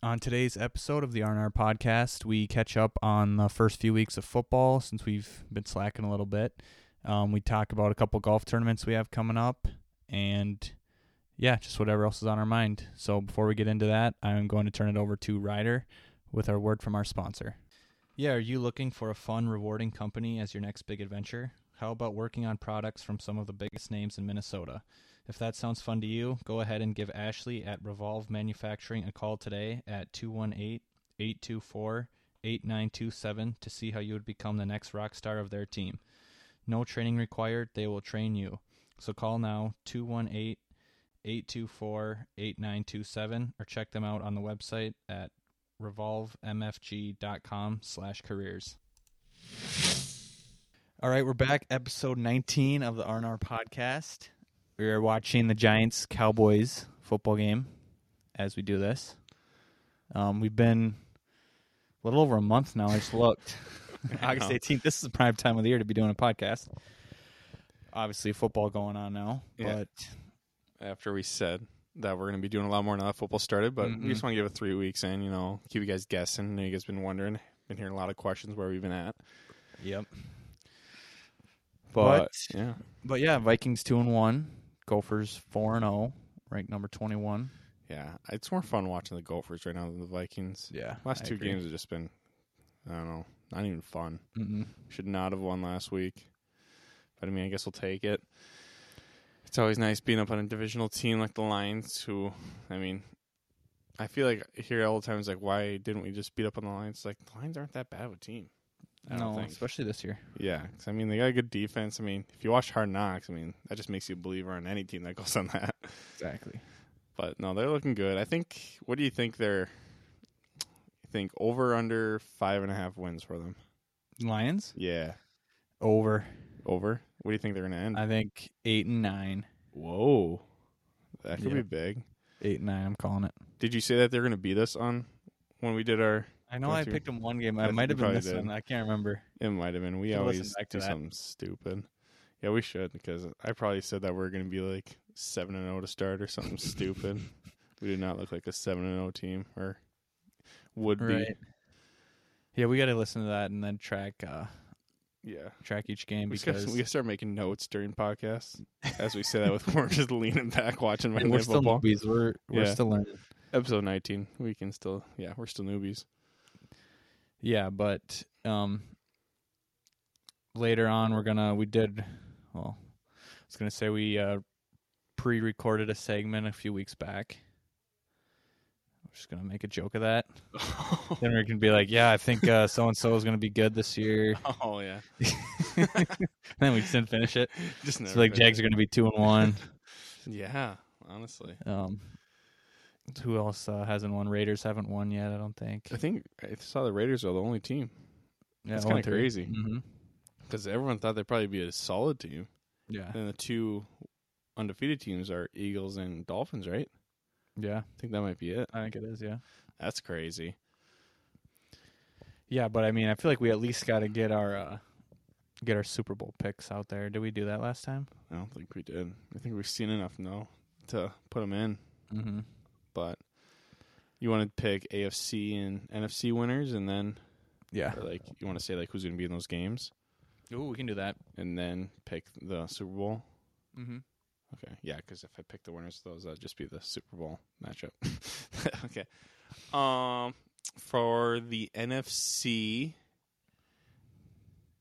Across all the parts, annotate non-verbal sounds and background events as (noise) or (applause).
On today's episode of the R&R podcast, we catch up on the first few weeks of football since we've been slacking a little bit. Um, we talk about a couple golf tournaments we have coming up and yeah, just whatever else is on our mind. So before we get into that, I'm going to turn it over to Ryder with our word from our sponsor. Yeah, are you looking for a fun, rewarding company as your next big adventure? How about working on products from some of the biggest names in Minnesota? If that sounds fun to you, go ahead and give Ashley at Revolve Manufacturing a call today at 218 824 8927 to see how you would become the next rock star of their team. No training required, they will train you. So call now 218 824 8927 or check them out on the website at revolvemfg.com slash careers. All right, we're back. Episode 19 of the R&R podcast. We are watching the Giants Cowboys football game as we do this. Um, we've been a little over a month now. I just (laughs) looked. August know. 18th. This is the prime time of the year to be doing a podcast. Obviously, football going on now, Yeah. but after we said that we're going to be doing a lot more now that football started, but Mhm. we just want to give it three weeks in, you know, keep you guys guessing. I know you guys been wondering, been hearing a lot of questions where we've been at. yep. But, But- yeah, But yeah, Vikings 2 and 1, Gophers 4 and 0, ranked number 21. yeah, it's more fun watching the Gophers right now than the Vikings. Yeah. Last I two agree. games have just been, I don't know, not even fun. Mm-mm. Should not have won last week, but I mean, I guess we'll take it. It's always nice being up on a divisional team like the Lions, who, I mean, I feel like here all the time is like, why didn't we just beat up on the Lions? Like the Lions aren't that bad of a team. I don't No, think. especially this year. Yeah, 'cause, I mean they got a good defense. I mean, if you watch Hard Knocks, I mean that just makes you a believer on any team that goes on that. (laughs) Exactly. But no, they're looking good. I think. What do you think they're? I think over under five and a half wins for them. Lions Yeah, over. over. What do you think they're gonna end? I think 8 and 9. Whoa, that could Yeah. be big. 8 and 9, I'm calling it. Did you say that they're gonna beat us on when we did our? I know Don't I you- picked them one game. I I think might you have been probably this did. one. I can't remember. It might have been. We Should listen always back to do that. something stupid. Yeah, we should because I probably said that we're gonna be like seven and zero to start or something (laughs) stupid. We do not look like a seven and zero team or would Right. Yeah, we got to listen to that and then track uh, be. Yeah, track each game we because because we start making notes during (laughs) podcasts as we say that with we're just leaning back watching Monday we're Night still Football. newbies. We're, we're Yeah. still learning. Episode nineteen. We can still yeah we're (laughs) still newbies. Yeah, but um later on we're gonna we did well I was gonna say we uh pre recorded a segment a few weeks back. I'm just gonna make a joke of that. Then we're gonna be like, Yeah, I think uh so and so is gonna be good this year. (laughs) oh yeah, then we just didn't finish it. just It's never like finish Jags are gonna be two and (laughs) one. it. Yeah, honestly, Um who else uh, hasn't won? Raiders haven't won yet, I don't think. I think I saw the Raiders are the only team Yeah, that's one, kinda three. crazy. Mhm. because everyone thought they'd probably be a solid team. Yeah. Then the two undefeated teams are Eagles and Dolphins, right? Yeah, I think that might be it. I think it is, yeah. That's crazy. Yeah, but I mean, I feel like we at least got to get our uh, get our Super Bowl picks out there. Did we do that last time? I don't think we did. I think we've seen enough now to put them in. Mm-hmm. But you want to pick AFC and NFC winners, and then Yeah. or, like you want to say like who's going to be in those games, Ooh, we can do that. and then pick the Super Bowl. Mm-hmm. Okay, yeah, because if I pick the winners of those, that'd just be the Super Bowl matchup. (laughs) okay, um, for the NFC,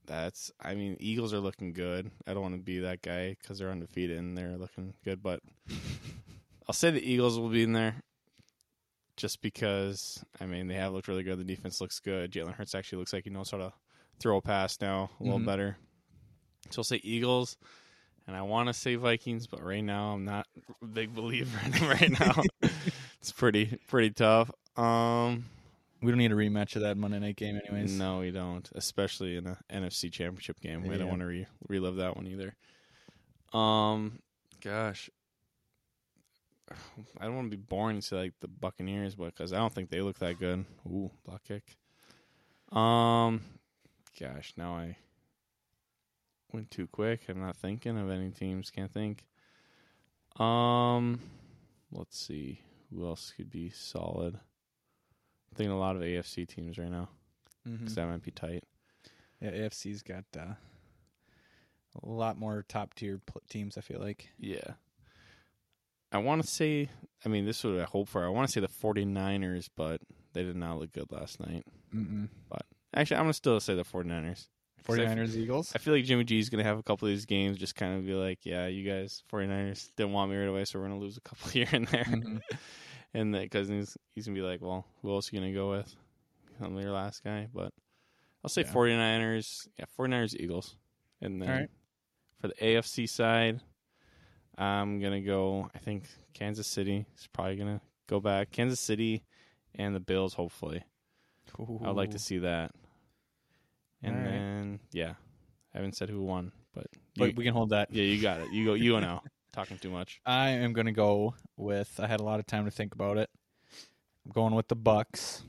that's I mean Eagles are looking good. I don't want to be that guy because they're undefeated and they're looking good, but I'll say the Eagles will be in there. Just because, I mean, they have looked really good. The defense looks good. Jalen Hurts actually looks like he knows how to throw a pass now a little Mhm. better. So I'll say Eagles, and I want to say Vikings, but right now I'm not a big believer in them right now. it's pretty pretty tough. Um, We don't need a rematch of that Monday night game, anyways. no, we don't, especially in a NFC Championship game. We don't Yeah. want to re- relive that one either. Um, gosh, (sighs) I don't want to be boring and say like the Buccaneers, but because I don't think they look that good. Ooh, block kick. Um, gosh, now I went too quick. I'm not thinking of any teams. Can't think. Um, let's see who else could be solid. thinking a lot of AFC teams right now Mm-hmm. because that might be tight. Yeah, AFC's got uh, a lot more top tier pl- teams. I feel like Yeah. I want to say, I mean, this is what I hope for. I want to say the 49ers, but they did not look good last night. Mm-mm. Actually, I'm going to still say the 49ers. 49ers, Eagles. I feel like Jimmy G's going to have a couple of these games just kind of be like, yeah, you guys, 49ers didn't want me right away, so we're going to lose a couple (laughs) here and (laughs) there. Mhm. and because he's, he's going to be like, well, who else are you going to go with? I'm your last guy. But I'll say Yeah. 49ers. Yeah, 49ers, Eagles. And then All right. for the AFC side, I'm going to go, I think Kansas City is probably going to go back. Kansas City and the Bills, hopefully. I would like to Ooh. see that. And All right. then yeah, I haven't said who won, but, you- But we can hold that. yeah, you got it. You go. You go now. Talking too much. I am going to go with. I had a lot of time to think about it. I'm going with the Bucks.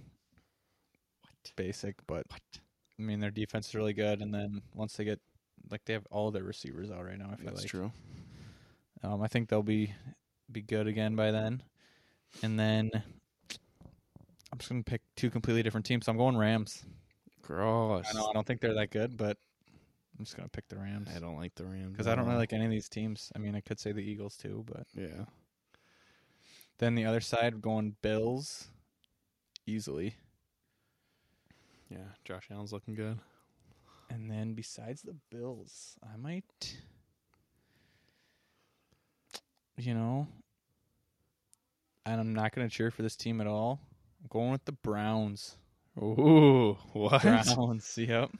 What? Basic, but what? I mean, their defense is really good, and then once they get, like, they have all their receivers out right now. I feel like true. Um, I think they'll be be good again by then. And then I'm just gonna pick two completely different teams. I'm going Rams. Gross. I know I don't think they're that good, but I'm just gonna pick the Rams I don't like the Rams because I don't really like any of these teams. I mean, I could say the Eagles too, but Yeah. then the other side going Bills easily. Yeah. Josh Allen's looking good. And then besides the Bills, I might, you know, and I'm not going to cheer for this team at all. I'm going with the (laughs) Browns. Ooh. (laughs) What? You Browns, yep.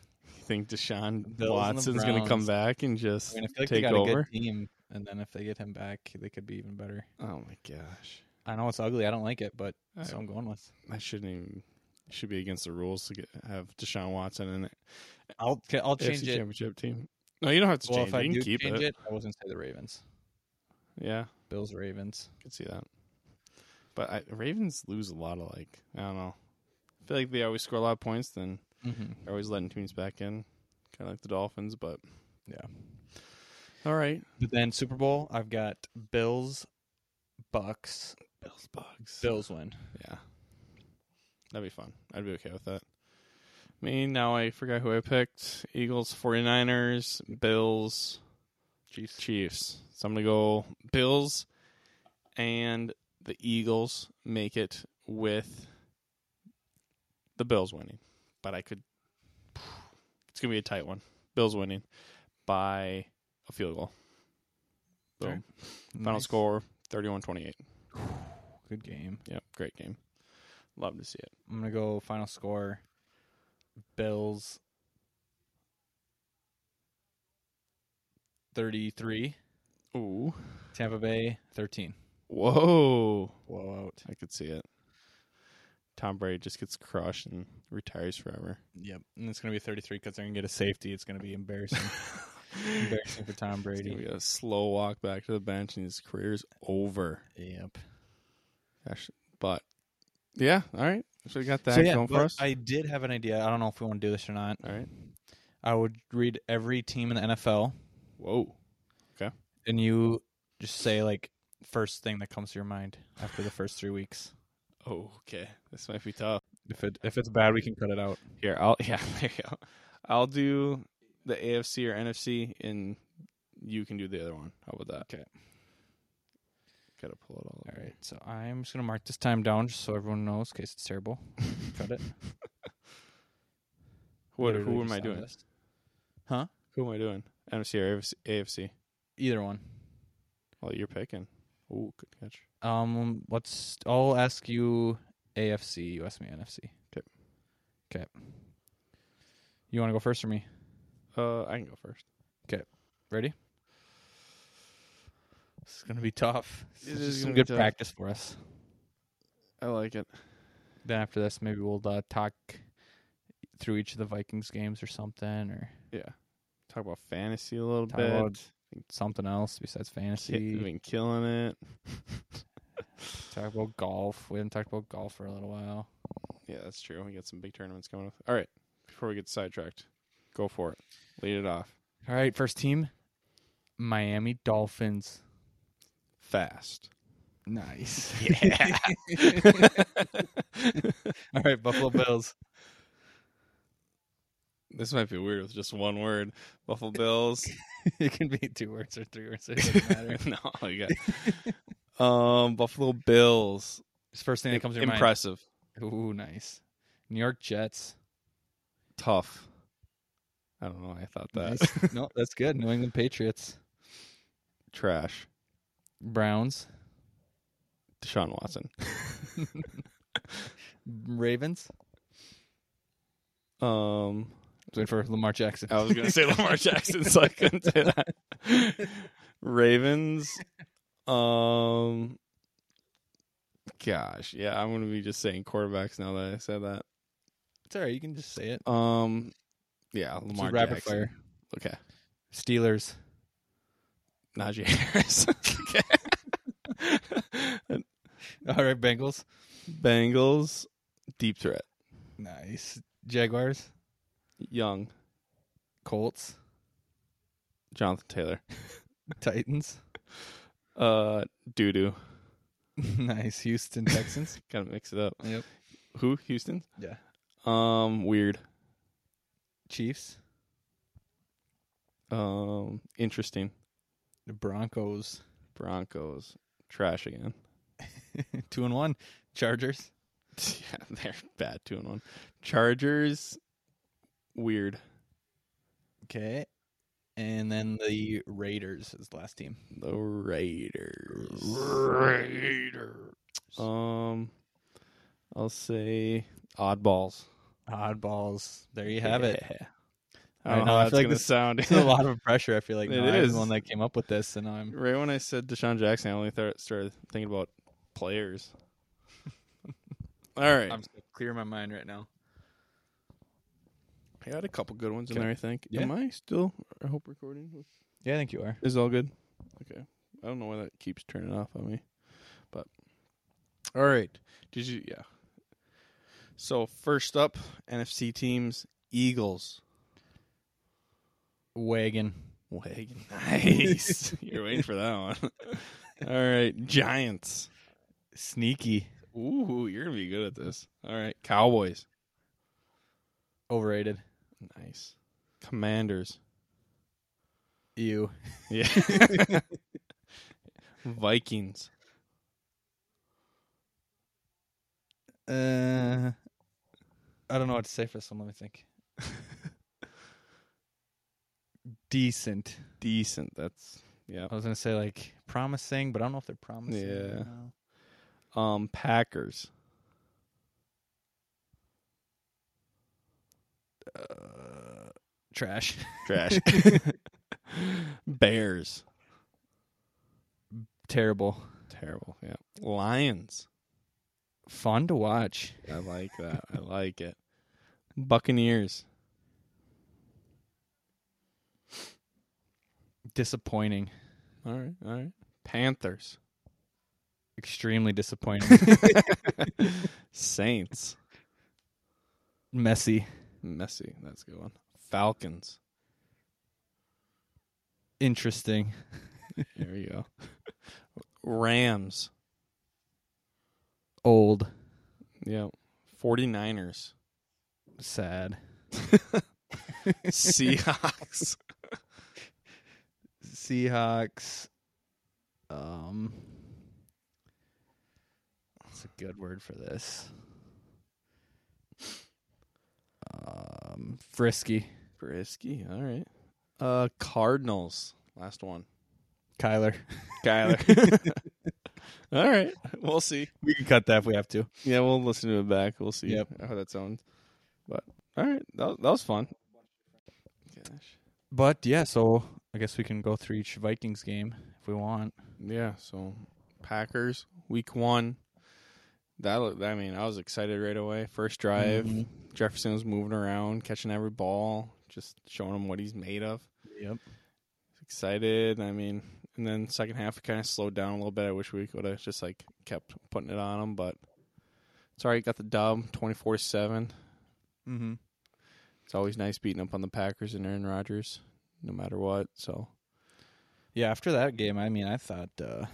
think Deshaun Bills and the Watson's gonna come Browns. back and I just mean, I feel like they take got a over? good team, and then if they get him back, they could be even better. Oh my gosh. I know it's ugly. I don't like it, but I- so I'm going with. I shouldn't even. it Should be against the rules to get, have Deshaun Watson in the I'll I'll AFC change it. championship team. No, you don't have to Well, change. if I it. You do can keep change it. it, I was going to say the Ravens, Yeah, Bills, Ravens. could see that. But I, Ravens lose a lot of like I don't know. I feel like they always score a lot of points, then Mm-hmm. they're always letting teams back in, kind of like the Dolphins. But Yeah. all right, But then Super Bowl, I've got Bills, Bucks, Bills Bucks. Bills win. Yeah, that'd be fun. I'd be okay with that. Me now, I forgot who I picked: Eagles, 49ers, Bills, Chiefs. Chiefs. So I'm gonna go Bills and the Eagles make it with the Bills winning. But I could it's gonna be a tight one. Bills winning by a field goal. Boom. Fair. Final score 31-28. Good game. Yep, great game. Love to see it. I'm gonna go final score. Bills. Thirty-three. Ooh. Tampa Bay thirteen. Whoa. Blowout. I could see it. Tom Brady just gets crushed and retires forever. Yep. And it's gonna be thirty-three because they're gonna get a safety. It's gonna be embarrassing. (laughs) embarrassing for Tom It's gonna Brady. be a slow walk back to the bench, and his career's over. Yep. Gosh, but yeah, all right. So we got that so yeah, going for but us. I did have an idea. I don't know if we want to do this or not. all right. I would read every team in the NFL, Whoa. and you just say like first thing that comes to your mind after the first three weeks. Oh, okay. This might be tough. If it if it's bad, we can cut it out. Here, I'll (laughs) yeah. There you go. I'll do the AFC or NFC, and you can do the other one. How about that? Okay. Gotta pull it all. up All here. right, so I'm just gonna mark this time down just so everyone knows, in case it's terrible. (laughs) Cut it. What? Literally Who am just I on doing? this. Huh? Who am I doing? NFC or AFC? AFC? Either one. Well, you're picking. Oh, good catch. Um, let's. I'll ask you AFC. You ask me NFC. 'Kay. Okay. You want to go first or me? Uh, I can go first. Ready? This is gonna be tough. It This is is some gonna be good tough. practice for us. I like it. Then after this, maybe we'll uh, talk through each of the Vikings games or something, or Yeah. Talk about fantasy a little Talk bit. about something else besides fantasy. Ki- been killing it. Talk about golf. We haven't talked about golf for a little while. yeah, that's true. We got some big tournaments coming up. All right. Before we get sidetracked, go for it. Lead it off. All right, first team, Miami Dolphins. (laughs) Fast. (laughs) Nice. Yeah. All right, Buffalo Bills. (laughs) This might be weird with just one word. (laughs) Buffalo Bills. it can be two words or three words. It (laughs) doesn't matter. no, you (laughs) got um Buffalo Bills. It's the first thing that comes to your mind. Impressive, Ooh, nice. New York Jets. tough. I don't know. why I thought that Nice. no, that's good. New England Patriots. (laughs) trash. Browns. (laughs) Deshaun Watson. Ravens. Um, Wait for Lamar Jackson. I (laughs) was gonna say Lamar Jackson, so I couldn't say that. Ravens. Um, gosh, yeah, I'm gonna be just saying quarterbacks now that I said that. It's all right. You can just say it. Um, yeah, Just Lamar rapid Jackson. fire. Okay, Steelers. (laughs) Najee Harris. (laughs) okay. All right, Bengals. Bengals, deep threat. Nice. Jaguars. Young, Colts. Jonathan Taylor. Titans. (laughs) Uh, doo doo. nice. Houston (laughs) Texans. (laughs) Gotta mix it up. Yep. Who? Houston. Yeah. Um, weird. Chiefs. Um, interesting. The Broncos. Broncos, trash again. (laughs) (laughs) Two and one. Chargers. yeah, they're bad two and one. Chargers, weird. Okay. And then the Raiders is the last team. The Raiders. Raiders. Um, I'll say oddballs. Oddballs. There you have it. Yeah. I I don't know, know I how that's feel like gonna this- (laughs) sound. It's a lot of pressure. I feel like It no, I'm is. the one that came up with this, and I'm (laughs) Right when I said Deshaun Jackson, I only th- started thinking about players. (laughs) All right. I'm clearing my mind right now. I had a couple good ones in Okay. there, I think. Yeah. Am I still, I hope, recording? Yeah, I think you are. Is all good? Okay. I don't know why that keeps turning off on me. But all right. Did you yeah. So first up, NFC teams, Eagles. Wagon. Wagon. Nice. You're waiting for that one. All right. Giants. Sneaky. Ooh, you're gonna be good at this. All right. Cowboys. Overrated. Nice. Commanders. You. Yeah. (laughs) Vikings. Uh, I don't know what to say for this one. Let me think. Decent. Decent. That's yeah. I was gonna say like promising, but I don't know if they're promising. right Yeah. now. Um Packers. Uh, trash. (laughs) Trash. (laughs) Bears. Terrible. Terrible. Yeah. Lions. Fun to watch. I like that. I like it. Buccaneers. Disappointing. All right. All right. Panthers. Extremely (laughs) disappointing. Saints. Messy. Messy. That's a good one. Falcons. Interesting. There you go. Rams. Old. Yeah. 49ers. Sad. Seahawks. Seahawks. Um, what's a good word for this? Um, frisky. Brisky. All right. Uh Cardinals. Last one. Kyler. (laughs) (laughs) Kyler. All right. We'll see. We can cut that if we have to. Yeah, we'll listen to it back. We'll see Yep. how that sounds. But all right, that, that was fun. Gosh. But yeah, so I guess we can go through each Vikings game if we want. Yeah. So Packers week one. That looked, I mean, I was excited right away. First drive, Mhm. Jefferson was moving around, catching every ball, just showing him what he's made of. Yep. Excited. I mean, and then second half kind of slowed down a little bit. I wish we would have just like kept putting it on him, but it's all right. Got the dub, twenty four seven. Mm-hmm. It's always nice beating up on the Packers and Aaron Rodgers, no matter what. So Yeah, after that game, I mean, I thought, uh,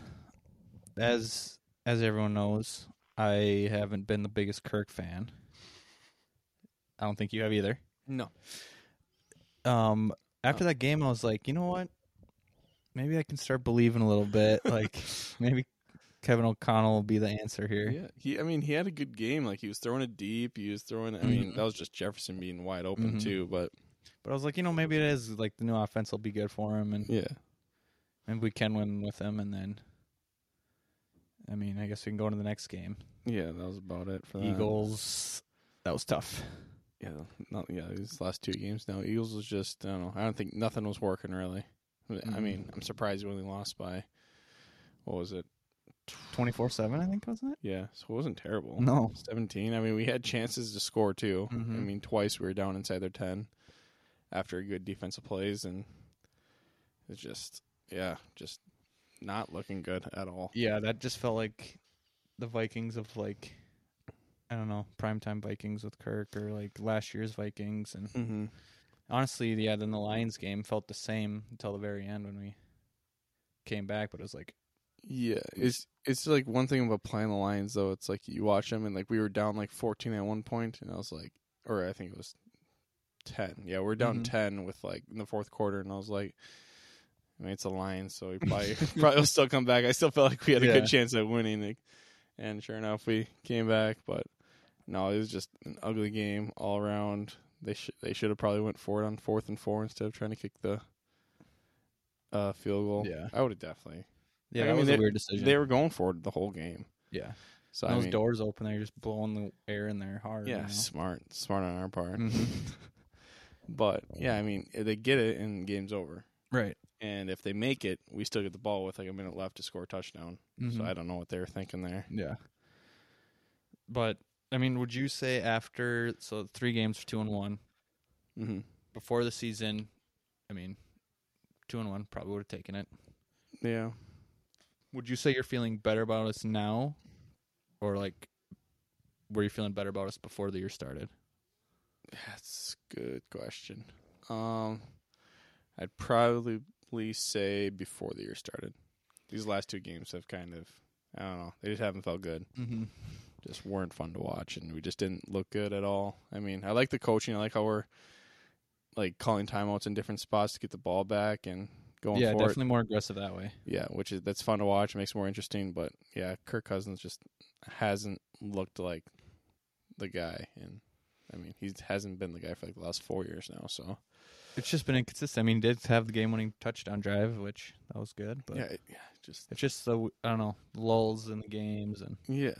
as as everyone knows, I haven't been the biggest Kirk fan. I don't think you have either. No. Um, Oh. after that game, I was like, you know what? Maybe I can start believing a little bit. (laughs) Like, maybe Kevin O'Connell will be the answer here. Yeah, he. I mean, he had a good game. Like he was throwing it deep. He was throwing. I Mm-hmm. mean, that was just Jefferson being wide open Mhm. too. But But I was like, you know, maybe it is like the new offense will be good for him, and yeah, maybe we can win with him. And then, I mean, I guess we can go into the next game. yeah, that was about it for that. Eagles. That was tough. Yeah, not yeah. These last two games now, Eagles was just. I don't know. I don't think nothing was working really. I mean- I Mhm. mean, I'm surprised you only lost by. What was it? Twenty four seven, I think, wasn't it? Yeah, so it wasn't terrible. No. 17. I mean, we had chances to score too. I Mhm. mean, twice we were down inside their 10 after good defensive plays, and it's just, yeah, just not looking good at all. Yeah, that just felt like the Vikings of like I don't know, primetime Vikings with Kirk or like last year's Vikings and Mm-hmm. honestly, yeah, then the Lions game felt the same until the very end when we came back, but it was like Yeah, it's it's like one thing about playing the Lions though. It's like you watch them, and like we were down like 14 at one point, and I was like, or I think it was 10. Yeah, we are down Mhm. 10 with like in the fourth quarter, and I was like. I mean, it's a lion, so (laughs) we probably (laughs) probably will still come back. I still felt like we had a Yeah. good chance at winning, like, and sure enough, we came back. But no, it was just an ugly game all around. They should they should have probably went for it on fourth and four instead of trying to kick the uh, field goal. Yeah. I would have definitely. yeah, I that mean, was they- a weird decision. They were going for it the whole game. yeah, So those I mean, doors open, they're just blowing the air in there hard. you yeah, know? smart, smart on our part. (laughs) Mhm. But yeah, I mean, they get it and game's over. right. And if they make it, we still get the ball with like a minute left to score a touchdown. Mhm. So I don't know what they were thinking there. Yeah. But I mean, would you say after so three games for two and one Mm-hmm. before the season? I mean, two and one probably would have taken it. Yeah. Would you say you're feeling better about us now, or like were you feeling better about us before the year started? That's a good question. Um, I'd probably say before the year started. These last two games have kind of, I don't know, they just haven't felt good. Mm-hmm. Just weren't fun to watch, and we just didn't look good at all. I mean, I like the coaching. I like how we're like calling timeouts in different spots to get the ball back and going Yeah, for definitely more aggressive that way. it. Yeah, which is that's fun to watch. It makes it more interesting. But yeah, Kirk Cousins just hasn't looked like the guy, and I mean, he hasn't been the guy for like the last four years now. So. It's just been inconsistent. I mean, he did have the game-winning touchdown drive, which that was good, but yeah, it- yeah, just it's just the I don't know lulls in the games and yeah.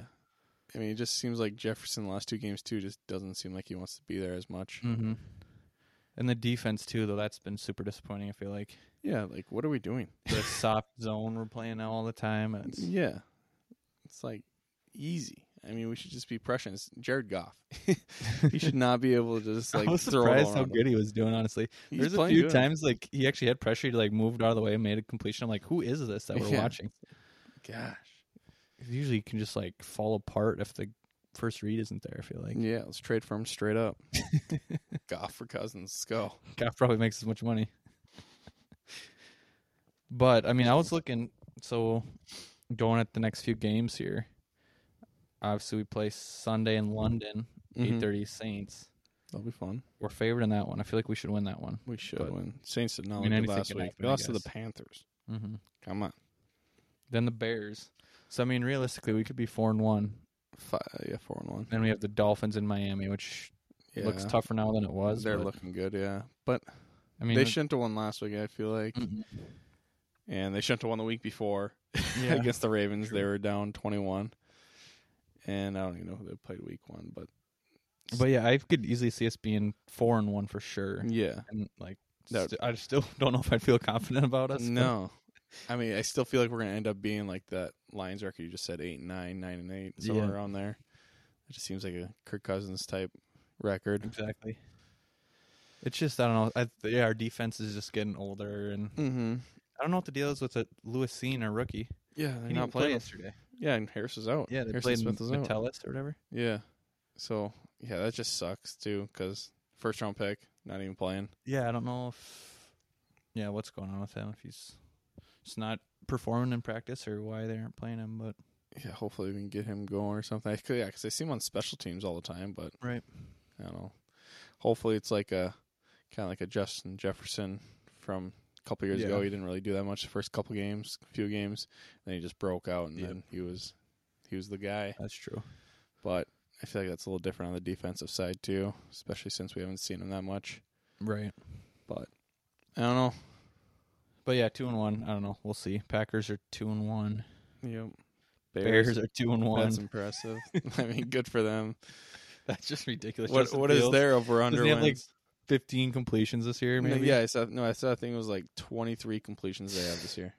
I mean, it just seems like Jefferson the last two games too just doesn't seem like he wants to be there as much. Mm-hmm. And the defense too, though that's been super disappointing. I feel like Yeah, like what are we doing? (laughs) the soft zone we're playing now all the time. and It's, Yeah, it's like easy. I mean, we should just be pressing It's Jared Goff. (laughs) he should not be able to just like I was throw it surprised all how around. good he was doing. Honestly, He's there's a playing few good. times like he actually had pressure. He like moved out of the way and made a completion. I'm like, who is this that we're Yeah. watching? Gosh. 'Cause Usually, you can just like fall apart if the first read isn't there. I feel like Yeah, let's trade for him (laughs) straight up. Goff for Cousins. Let's go. Goff probably makes as much money. (laughs) but I mean, I was looking so going at the next few games here. Obviously, we play Sunday in London, Mhm. eight thirty Saints. That'll be fun. We're favored in that one. I feel like we should win that one. We should But- win. Saints did not I mean, look good anything last can week. happen, They I lost to the guess. Panthers. Mm-hmm. Come on. Then the Bears. So I mean, realistically, we could be four and one. Five, yeah, four and one. Then we have the Dolphins in Miami, which looks Yeah. tougher now than it was. They're but, looking good, yeah. But I mean, they it- shouldn't have won last week. I feel like, Mhm. (laughs) and they shouldn't have won the week before Yeah. against the Ravens. They True. were down twenty-one, and I don't even know who they played week one, but But yeah, I could easily see us being four and one for sure. yeah, And like, That- st- I still (laughs) don't know if I feel confident about us. but- no. I mean, I still feel like we're gonna end up being like that Lions record you just said eight, nine, nine, and eight, somewhere Yeah. around there. It just seems like a Kirk Cousins type record. exactly. It's just I don't know. I, yeah, our defense is just getting older, and Mm-hmm. I don't know what the deal is with a Lewisine, our rookie. Yeah, they're He not didn't play playing. yesterday. Yeah, and Harris is out. Yeah, they Harrison played Smith is out. Metellus or whatever. Yeah. So yeah, that just sucks too. Because first round pick, not even playing. Yeah, I don't know if yeah, what's going on with him if he's just not performing in practice or why they aren't playing him, but yeah, hopefully we can get him going or something. I could, yeah, because I see him on special teams all the time, but Right. I don't know. Hopefully it's like a kind of like a Justin Jefferson from a couple years ago. Yeah. He didn't really do that much the first couple games, few games, then he just broke out, and Yep. then he was he was the guy. That's true. But I feel like that's a little different on the defensive side too, especially since we haven't seen him that much. Right. I don't know. But yeah, two and one. I don't know. We'll see. Packers are two and one. Yep. Bears, are two and one. That's That's, impressive. (laughs) I mean, good for them. just ridiculous. what Justin what is Fields, their over under? Doesn't he have, like, Fifteen completions this year, No, maybe. Yeah, I saw. No, I saw. I think it was like 23 completions they have this year,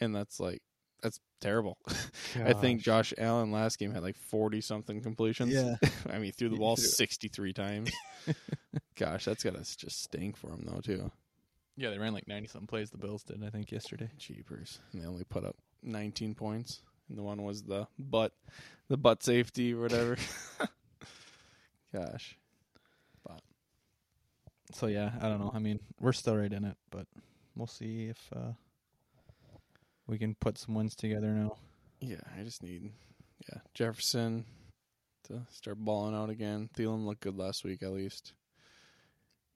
and that's like that's terrible. (laughs) I think Gosh. Josh Allen last game had like 40 something completions. Yeah. (laughs) I mean, (laughs) threw the He ball threw- 63 times. (laughs) Gosh, that's gotta s- just stink for him though too. Yeah, they ran like ninety something plays. The Bills did, I think, yesterday. Jeepers, and they only put up 19 points, and the one was the butt, the butt safety or whatever. (laughs) Gosh, So yeah, I don't know. I mean, we're still right in it, but we'll see if uh, we can put some wins together now. yeah, I just need yeah Jefferson to start balling out again. Thielen looked good last week at least.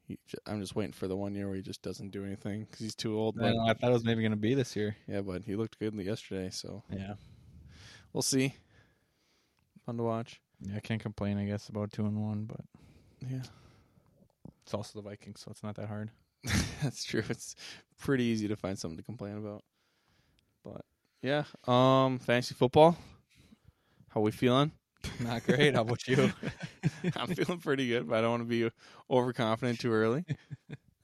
He, j- I'm just waiting for the one year where he just doesn't do anything because he's too old. I, But don't know, I thought it was maybe gonna be this year. yeah, but he looked good yesterday, so Yeah. we'll see. Fun to watch. Yeah, I can't complain. I guess about two and one, but Yeah, (laughs) it's also the Vikings, so it's not that hard. that's true. It's pretty easy to find something to complain about. But yeah, um, fantasy football. How we feeling? not great. How about you? (laughs) (laughs) I'm feeling pretty good, but I don't want to be overconfident too early.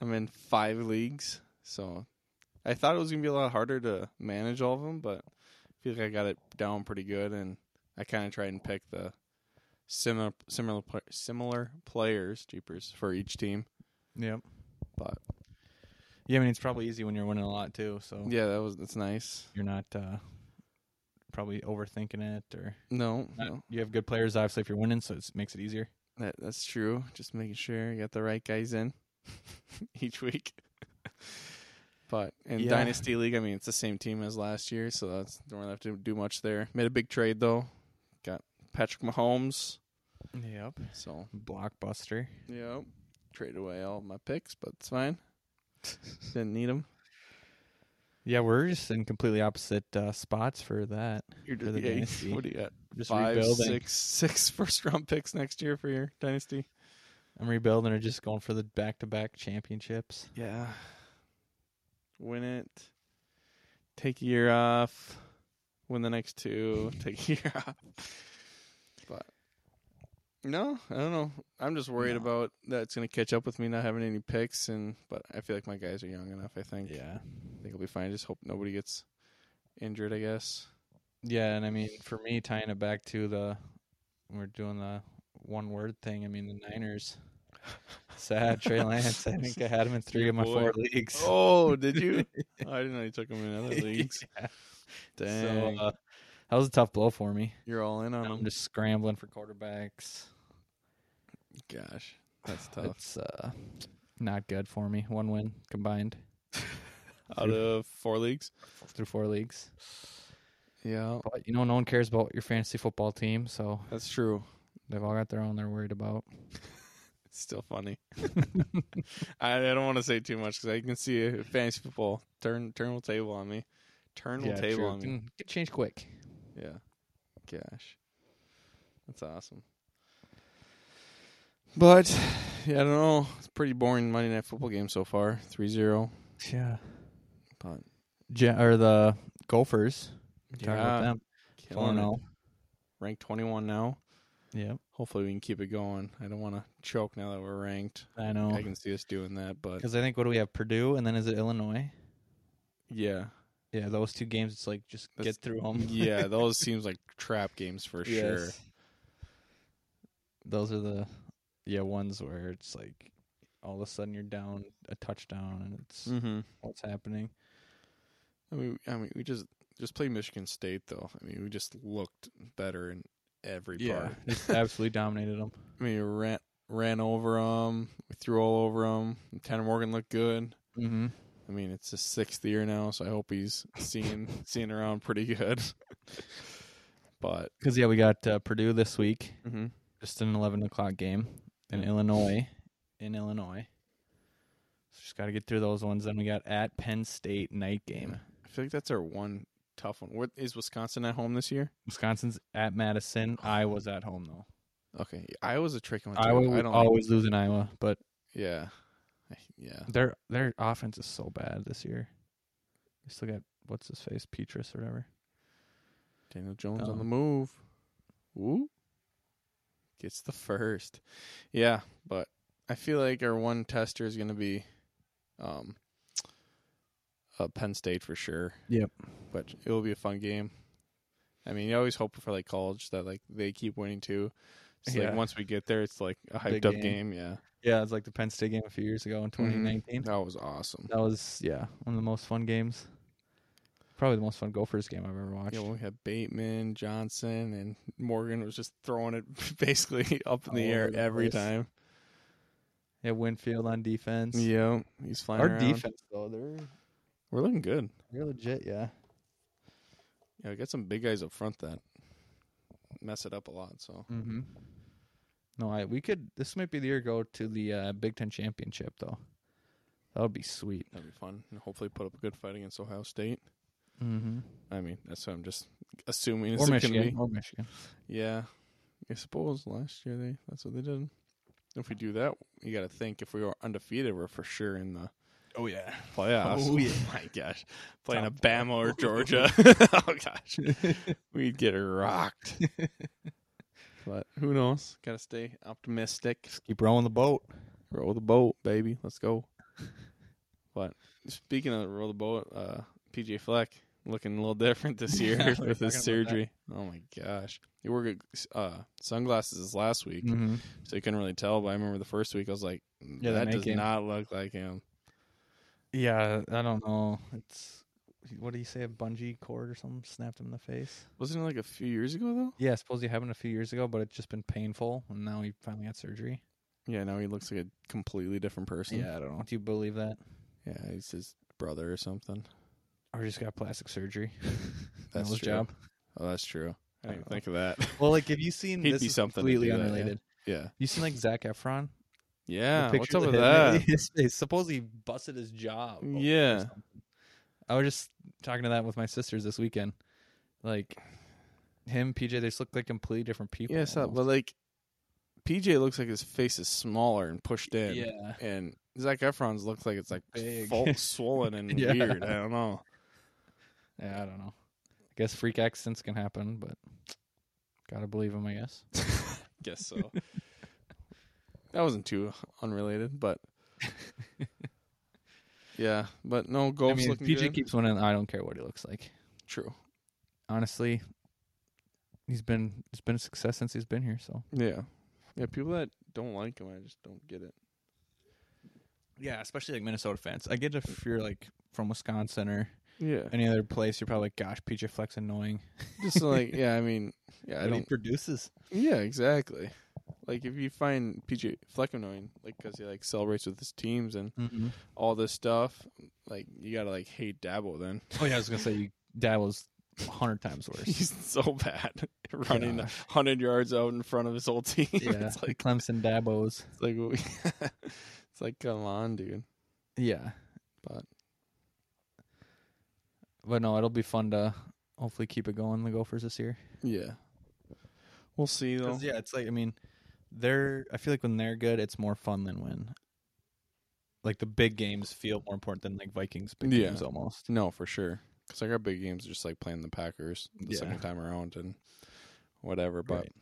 I'm in five leagues, so I thought it was gonna be a lot harder to manage all of them, but I feel like I got it down pretty good, and I kind of tried and pick the similar similar pla- similar players, jeepers, for each team. Yep. But Yeah, I mean it's probably easy when you're winning a lot too, so yeah, that was that's nice. you're not uh, probably overthinking it or No, no, you have good players obviously if you're winning, so it makes it easier. that that's true. Just making sure you got the right guys in (laughs) each week. But in Yeah. Dynasty League, I mean, it's the same team as last year, so that's don't really have to do much there. Made a big trade though. Got Patrick Mahomes, Yep. so Blockbuster. yeah, traded away all my picks, but (laughs) it's fine. Didn't need them. Yeah, we're just in completely opposite uh, spots for that. You're For the yeah, Dynasty. What do you got? Just Five, rebuilding. six, six (laughs) first round picks next year for your Dynasty. I'm rebuilding or just going for the back to back championships. Yeah. Win it. Take a year off. Win the next two. (laughs) Take a year off. But no, I don't know. I'm just worried No. about that it's gonna catch up with me not having any picks and but I feel like my guys are young enough, I think. Yeah. I think I'll be fine. Just hope nobody gets injured, I (laughs) guess. Yeah, and I mean for me tying it back to the we're doing the one word thing, I mean the (laughs) Niners. Sad Trey Lance. I think I had him in three of my Boy. four leagues. (laughs) Oh, did you? I didn't know you took them in other leagues. Yeah. Dang. (laughs) Um, So uh, that was a tough blow for me. You're all in on Now I'm them. just scrambling for quarterbacks. Gosh. (laughs) That's tough. It's uh, not good for me. One win combined Out of four leagues. through four leagues. Yeah. But you know, no one cares about your fantasy football team, so That's true. they've all got their own they're worried about. It's still funny. (laughs) I, I don't want to say too much because I can see a fantasy football turn turnable table on me. Turnable table on me. Can Get changed quick. Yeah. Gosh, that's awesome. But yeah, I don't know. It's a pretty boring Monday night football game so far. 3-0. Yeah. But Ja- or the Gophers. Talking about yeah, them. killing it. Four oh. Ranked twenty one now. and oh. Hopefully we can keep it going. I don't want to choke now that we're ranked. Yep. I know. I can see us doing that, but Because I think what do we have? Purdue, and then is it Illinois? (laughs) yeah, Yeah, those two games. It's like just That's- get through them. (laughs) yeah, those seems like trap games for sure. um, Yes. Those are the yeah ones where it's like all of a sudden you're down a touchdown and it's Mm-hmm. what's happening. I mean, I mean, we just just play Michigan State though. I mean, we just looked better in every part. (laughs) just absolutely dominated them. I mean, we ran ran over them. We threw all over them. Tanner Morgan looked good. Mm-hmm. I mean, it's his sixth year now, so I hope he's seeing seeing around pretty good. But Because yeah, we got uh, Purdue this week, mhm. just an eleven o'clock game in Illinois. In Illinois, so just got to get through those ones. Then we got at Penn State night game. I feel like that's our one tough one. What is Wisconsin at home this year? Wisconsin's at Madison. Iowa's at home though. Okay, Iowa's a tricky one. Too. Iowa I would don't. always lose in Iowa, but yeah, I- yeah. their their offense is so bad this year. They still got what's his face, Petrus or whatever. Daniel Jones on the Um, move. Woo. Gets the first. Yeah, but I feel like our one tester is going to be um uh, Penn State for sure. Yep. But it will be a fun game. I mean, you always hope for like college that like they keep winning too. So Yeah. like once we get there, it's like a hyped Big up game. game. Yeah, Yeah, it's like the Penn State game a few years ago in 2019. that was awesome. That was yeah one of the most fun games. Probably the most fun Gophers game I've ever watched. Yeah, when we had Bateman, Johnson, and Morgan was just throwing it (laughs) basically up in the All air over the every place. time. Yeah, Winfield on defense. Yeah, he's flying Our around. defense though, they're We're looking good. they're legit. Yeah. Yeah, we got some big guys up front that mess it up a lot. So Mm-hmm. No, I we could. This might be the year to go to the uh, Big Ten championship though. That would be sweet. that'll be fun, and hopefully put up a good fight against Ohio State. Mm-hmm. I mean, that's what I'm just assuming. Or Is it gonna Michigan. be? Or Michigan. Yeah, I suppose last year they that's what they did. If we do that, you got to think if we were undefeated, we're for sure in the Oh yeah. playoffs. Oh, yeah. (laughs) my gosh, playing Top a Bama or (laughs) Georgia. (laughs) oh gosh, we'd (laughs) get rocked. but who knows? Got to stay optimistic. Keep rolling the boat. Roll the boat, baby. Let's go. (laughs) but speaking of roll the boat, uh, PJ Fleck looking a little different this (laughs) Yeah, year (laughs) we were talking with his about that. surgery. Oh my gosh, he wore good, uh, sunglasses last week, Mm-hmm. so you couldn't really tell. But I remember the first week, I was like, Yeah, that that does Nike. not look like him." Yeah, I don't know. It's what do you say? A bungee cord or something snapped him in the face. Wasn't it like a few years ago though? Yeah, I suppose it happened a few years ago, but it's just been painful, and now he finally got surgery. Yeah, now he looks like a completely different person. I don't know. Do you believe that? yeah, he's his brother or something. Or just got plastic surgery? (laughs) That's his true. job. Oh, that's true. I didn't I don't think of that. Well, like, have you seen? He'd this be is something to completely do that, yeah. unrelated. (laughs) yeah, You seen like Zach Efron? The yeah. What's pictures up of with him? that? His face. Suppose he busted his jaw. open or Yeah. something. I was just talking to that with my sisters this weekend. Like him, PJ, they just look like completely different people. Yeah, it's not, but almost. like PJ looks like his face is smaller and pushed in, yeah. and Zach Efron's looks like it's like Big. (laughs) full swollen and Yeah. weird. I don't know. Yeah, I don't know. I guess freak accidents can happen, but gotta believe him, I guess. Guess so. that wasn't too unrelated, (laughs) but yeah, but no Goph's I mean, if looking PJ good. keeps winning. I don't care what he looks like. True. Honestly, he's been it's been a success since he's been here. So Yeah, yeah. People that don't like him, I just don't get it. yeah, especially like Minnesota fans. I get if you're like from Wisconsin or Yeah, any other place, you're probably like, gosh, PJ Flex annoying. just like yeah. I mean, yeah. I But don't. he produces. Yeah, exactly. Like if you find PJ Fleck annoying, like because he like celebrates with his teams and Mm-hmm. all this stuff, like you gotta like hate Dabo. Then (laughs) Oh yeah, I was gonna say you dabbles a hundred times (laughs) worse. he's so bad (laughs) running Gosh. hundred yards out in front of his whole team. (laughs) (laughs) yeah, it's like Clemson dabos. it's like (laughs) it's like come on, dude. Yeah, But but no, it'll be fun to hopefully keep it going. The Gophers this year. yeah, we'll see though. 'Cause, yeah, it's like I mean, they're. I feel like when they're good, it's more fun than when. Like the big games feel more important than like Vikings big Yeah. games almost. No, for sure. Because like our big games are just like playing the Packers the Yeah. second time around and whatever. But Right.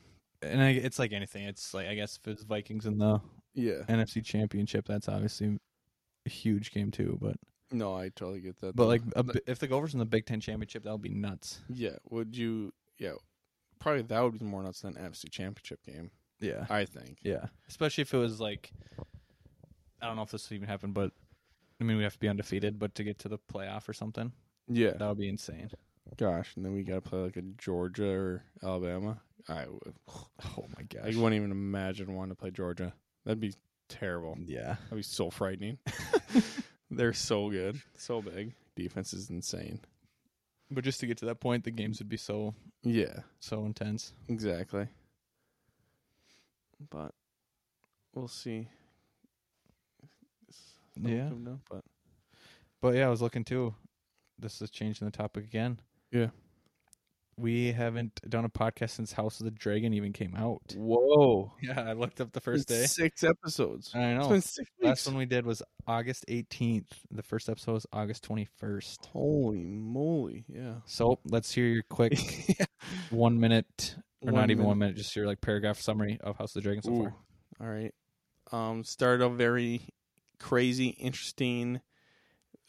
And I, it's like anything. It's like I guess if it's Vikings in the yeah, NFC Championship, that's obviously a huge game too. But no, I totally get that. but though. like a, bi- if the Gophers in the Big Ten Championship, that would be nuts. Yeah, would you? Yeah, probably that would be more nuts than NFC Championship game. Yeah, I think. (laughs) yeah. Especially if it was like, I don't know if this would even happen, but I mean we have to be undefeated, but to get to the playoff or something, Yeah. that would be insane. Gosh, and then we got to play like a Georgia or Alabama. I would. Oh my (sighs) I gosh. wouldn't even imagine wanting to play Georgia. That'd be terrible. Yeah. That'd be so (laughs) frightening. They're so good, so big. Defense is insane. But just to get to that point, the games would be so Yeah, so intense. exactly. But we'll see. Some Yeah. come down, but But yeah, I was looking too. This is changing the topic again. Yeah. We haven't done a podcast since House of the Dragon even came out. whoa, Yeah, I looked up the It's first day. six episodes. I It's know. been six Last weeks. one we did was August 18th. The first episode was August 21st. Holy moly! Yeah. (laughs) So let's hear your quick (laughs) one minute, or not One even one minute, just your like paragraph summary of House of the Dragon so far. All right. Um, started off very crazy, interesting.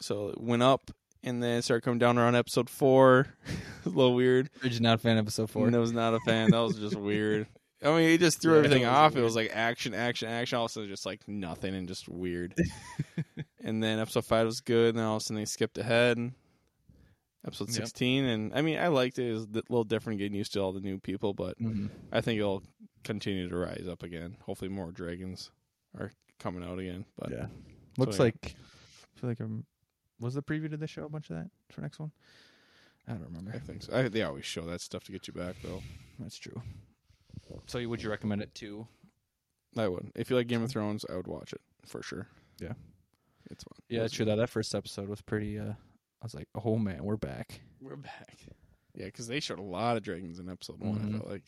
So it went up and then it started coming down around episode four. (laughs) a little weird. Bridge not fan episode four. And I was not a fan. That was (laughs) just weird. I mean, it just threw Yeah, everything that was off. It weird. was like action, action, action. All of a sudden, just like nothing and (laughs) just weird. and then episode five was good. And then all of a sudden, they skipped ahead. and Episode Yep. 16. And I mean, I liked it. It was a little different getting used to all the new people, but Mhm. I think it'll continue to rise up again. Hopefully, more dragons are coming out again. But Yeah. Looks yeah. like I feel like I'm, was the preview to the show a bunch of that for next one? I don't I remember. think so. I, they always show that stuff to get you back, though. That's true. So you- would you recommend it to? I would. If you like Game of Thrones, I would watch it for sure. Yeah. it's fun. Yeah, It that's was true. That that first episode was pretty. uh I was like, oh man, we're back. We're back. Yeah, because they showed a lot of dragons in episode one. I Mhm. felt like,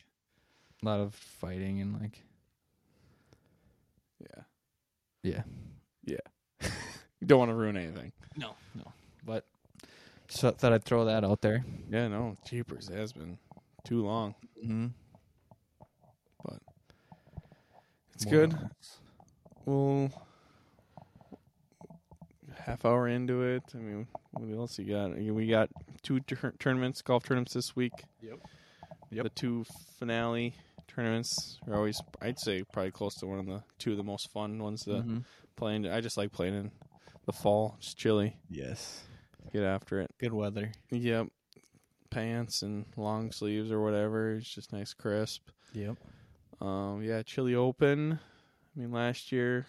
A lot of fighting and like, yeah, yeah. you don't want to ruin anything. No, no. But so thought I'd throw that out there. Yeah, no, jeepers, it has been too long. Mm-hmm. It's good. Well, half hour into it. I mean, what else you got? We got two tur- tournaments, golf tournaments this week. Yep. Yep. The two finale tournaments are always, I'd say, probably close to one of the two of the most fun ones to Mm-hmm. play. in. I just like playing in the fall. It's chilly. Yes. Get after it. Good weather. Yep. Pants and long sleeves or whatever. It's just nice, crisp. Yep. Um, yeah, Chili Open. I mean, last year,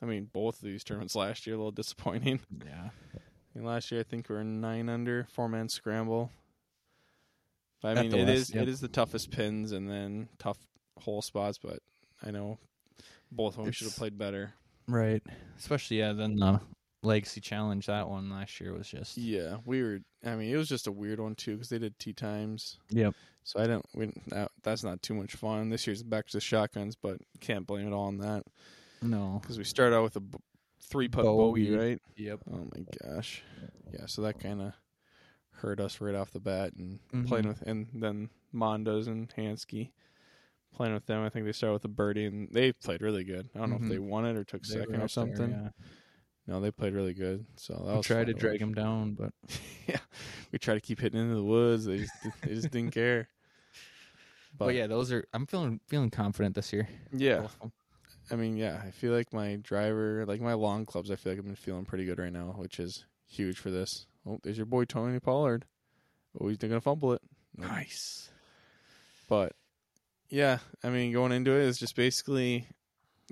I mean, both of these tournaments last year a little disappointing. (laughs) Yeah. I mean, last year I think we were nine under, four man scramble. But, I At mean, the it West, is yep. it is the toughest pins and then tough hole spots, but I know both of them should have It's- played better. Right. Especially yeah. Then the legacy challenge that one last year was just. Yeah, we were. I mean, it was just a weird one too because they did tea times, Yep. so I didn't. We didn't that, that's not too much fun. This year's back to the shotguns, but can't blame it all on that No. because we started out with a b- three putt Bogey. bogey, right? Yep. Oh my gosh. Yeah, so that kind of hurt us right off the bat and playing Mhm. with and then Mondas and Hansky playing with them. I think they started with a birdie and they played really good. I don't know Mhm. if they won it or took They were second up there, or something. yeah. No, they played really good. So that We was tried fun to watch. (laughs) drag him down, but We tried to keep hitting into the woods. They just they just didn't care. but, yeah, those are. I'm feeling feeling confident this year. yeah. Both of 'em. I mean, yeah, I feel like my driver, like my long clubs, I feel like I've been feeling pretty good right now, which is huge for this. Oh, there's your boy Tony Pollard. Oh, he's gonna fumble it. Nope. Nice. But yeah, I mean, going into it is just basically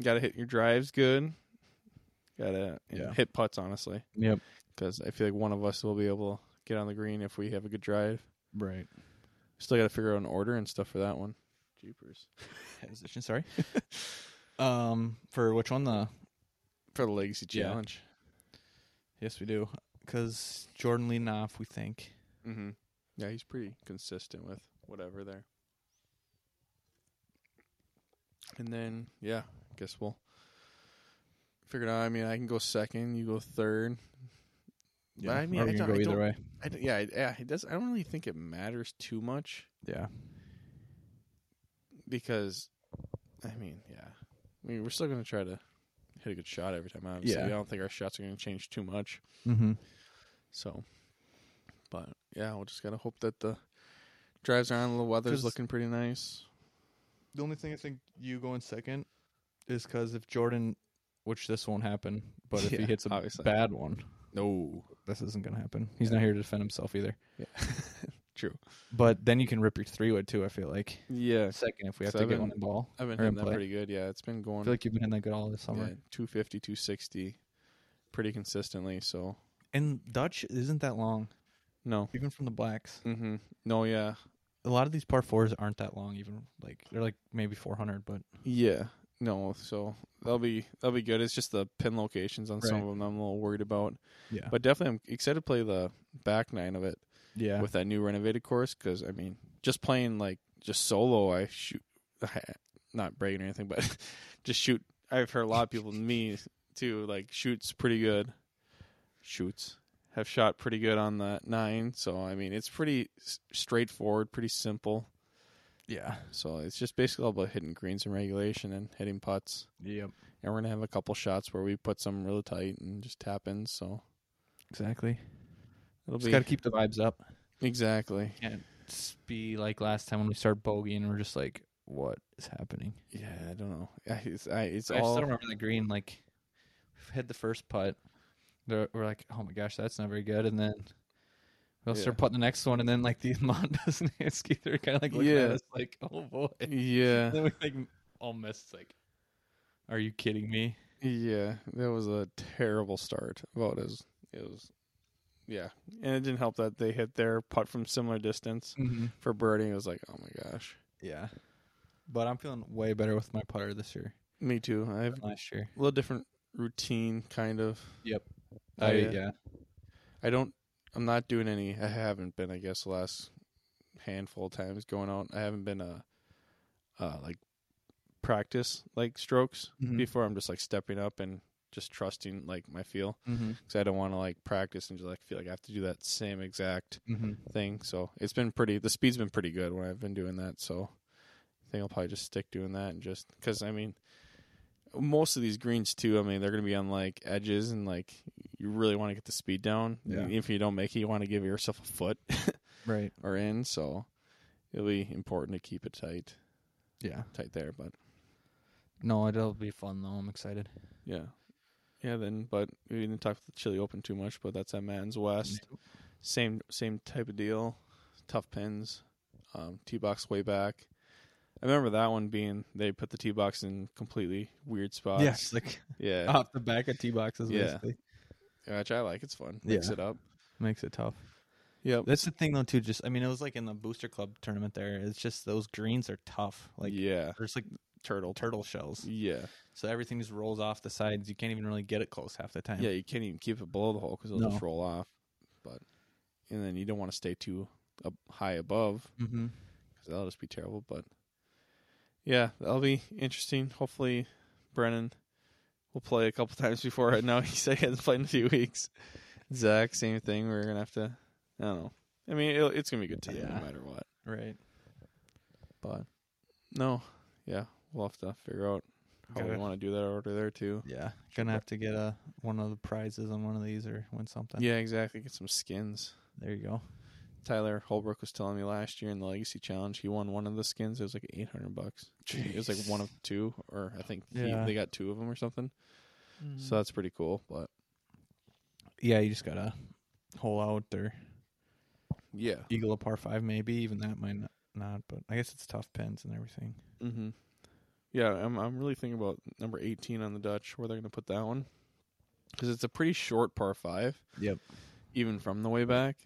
got to hit your drives good, got to Yeah. hit putts honestly, Yep. because I feel like one of us will be able to get on the green if we have a good drive. Right. Still got to figure out an order and stuff for that one. Jeepers Position. Sorry. (laughs) um. For which one the for the legacy Yeah. challenge. Yes, we do. Because Jordan leading off, we think. Mm-hmm. Yeah, he's pretty consistent with whatever there. And then, yeah, I guess we'll figure it out. I mean, I can go second, you go third. Yeah. I mean, or we I can don't- go I either don't- way. I d yeah, I- yeah, it does. I don't really think it matters too much Yeah. because, I mean, yeah, I mean, we're still gonna try to hit a good shot every time. Obviously, Yeah. I don't think our shots are gonna change too much. Mm-hmm. So, but yeah, we'll just gotta hope that the drives are on. The weather's 'Cause- looking pretty nice. The only thing I think you going second is because if Jordan, which this won't happen, but if he (laughs) Yeah, hits a obviously. bad one, No, this isn't going to happen. He's not here to defend himself either. yeah, (laughs) true. But then you can rip your three wood too. I feel like Yeah, second if we have to Seven. get on the ball. I've been Or in hitting that play. pretty good. Yeah, it's been I going feel like you've been in that good all this yeah, summer. 250, 260 pretty consistently. So And Dutch isn't that long. No. even from the blacks. Mm-hmm. No. Yeah. A lot of these par fours aren't that long, even like they're like maybe 400, but Yeah. No. So that'll be that'll be good. It's just the pin locations on some Right. of them I'm a little worried about. yeah, But definitely, I'm excited to play the back nine of it yeah, with that new renovated course because I mean, just playing like just solo, I shoot, (laughs) not bragging or anything, but (laughs) just shoot. I've heard a lot of people, me too, like shoots pretty good. Shoots have shot pretty good on the nine, so I mean, it's pretty s- straightforward, pretty simple. yeah, So it's just basically all about hitting greens and regulation and hitting putts. yep, And we're gonna have a couple shots where we put some really tight and just tap in. So exactly. it'll Just be got to keep the vibes up. exactly. Just be like last time when we start bogeying, we're just like, what is happening? Yeah, I don't know. I, it's I, it's I all still remember the green. Like, we hit the first putt. They're- We're like, oh my gosh, that's not very good. And then we'll Yeah. start putting the next one. And then, like, the (laughs) Mondas and Hansky, they're kind of like looking at Yeah. us like, oh boy. And (laughs) yeah, then we like all missed. Like, are you kidding me? yeah. That was a terrible start. About as it was, yeah. And it didn't help that they hit their putt from similar distance for birdie. It was like, oh my gosh. Yeah. But I'm feeling way better with my putter this year Me too. I have than last year. a little different routine, kind of. Oh, I, yeah. yeah. I don't. I'm not doing any. I haven't been. I guess the last handful of times going out. I haven't been a, uh, like practice like strokes Mhm. before. I'm just like stepping up and just trusting like my feel. because I don't want to like practice and just like feel like I have to do that same exact Mm-hmm. thing. So it's been pretty. The speed's been pretty good when I've been doing that. So I think I'll probably just stick doing that and just because I mean, most of these greens too. I mean, they're gonna be on like edges and like you really want to get the speed down. Yeah. If you don't make it, you want to give yourself a foot (laughs) Right. or in. So it'll be important to keep it tight, Yeah. tight there. But No, it'll be fun though. I'm excited. yeah. Yeah, then, but we didn't talk about the Chili Open too much, but that's at Man's West. same same type of deal, tough pins, um, tee box way back. I remember that one being they put the tee box in completely weird spots. Yes, (laughs) like yeah, Uh, off the back of tee boxes. Yeah. Basically. which I like. It's fun. Mix Yeah. it up. makes it tough. Yep. That's the thing though too. Just I mean, it was like in the booster club tournament. There, it's just those greens are tough. Like yeah, there's like turtle. turtle shells, Yeah, so everything just rolls off the sides. You can't even really get it close half the time. yeah. You can't even keep it below the hole because it'll just roll off. But and then you don't want to stay too up high above Mm-hmm. because that'll just be terrible. But yeah, that'll be interesting. Hopefully, Brennan will play a couple (laughs) times before. Right now, he said he hasn't played in a few weeks. Zach, same thing. We're gonna have to. I don't know. I mean, it'll, it's gonna be good time Yeah. no matter what. Right. But no, yeah, we'll have to figure out how we Gotta- want to do that order there too. Yeah. Gonna have to get a one of the prizes on one of these or win something. Yeah, exactly. Get some skins. There you go. Tyler Holbrook was telling me last year in the Legacy Challenge, he won one of the skins. It was like eight hundred bucks. It was like Jeez. one of two, or I think he, Yeah. they got two of them or something. Mm-hmm. So that's pretty cool. But yeah, you just gotta hole out or yeah, eagle a par five maybe. Even that might not, not but I guess it's tough pins and everything. hmm yeah, I'm I'm really thinking about number eighteen on the Dutch where they're going to put that one because it's a pretty short par five. Yep. even from the way back.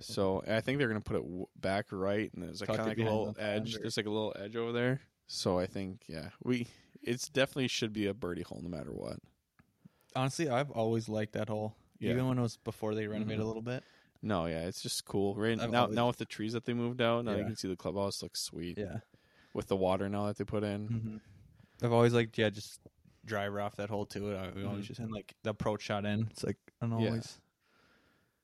So I think they're going to put it w- back right, and there's like Tuck kind it of like a behind little the edge. pond or- There's like a little edge over there. So I think yeah, we it's definitely should be a birdie hole no matter what. Honestly, I've always liked that hole. Yeah. Even when it was before they renovated a little bit. No, yeah, it's just cool. Right I've now, always- now with the trees that they moved out, now you Yeah. can see the clubhouse looks sweet Yeah. with the water now that they put in. Mm-hmm. I've always liked, yeah, just driver off that hole too. I, we always just and like the approach shot in. It's like I don't Yeah. always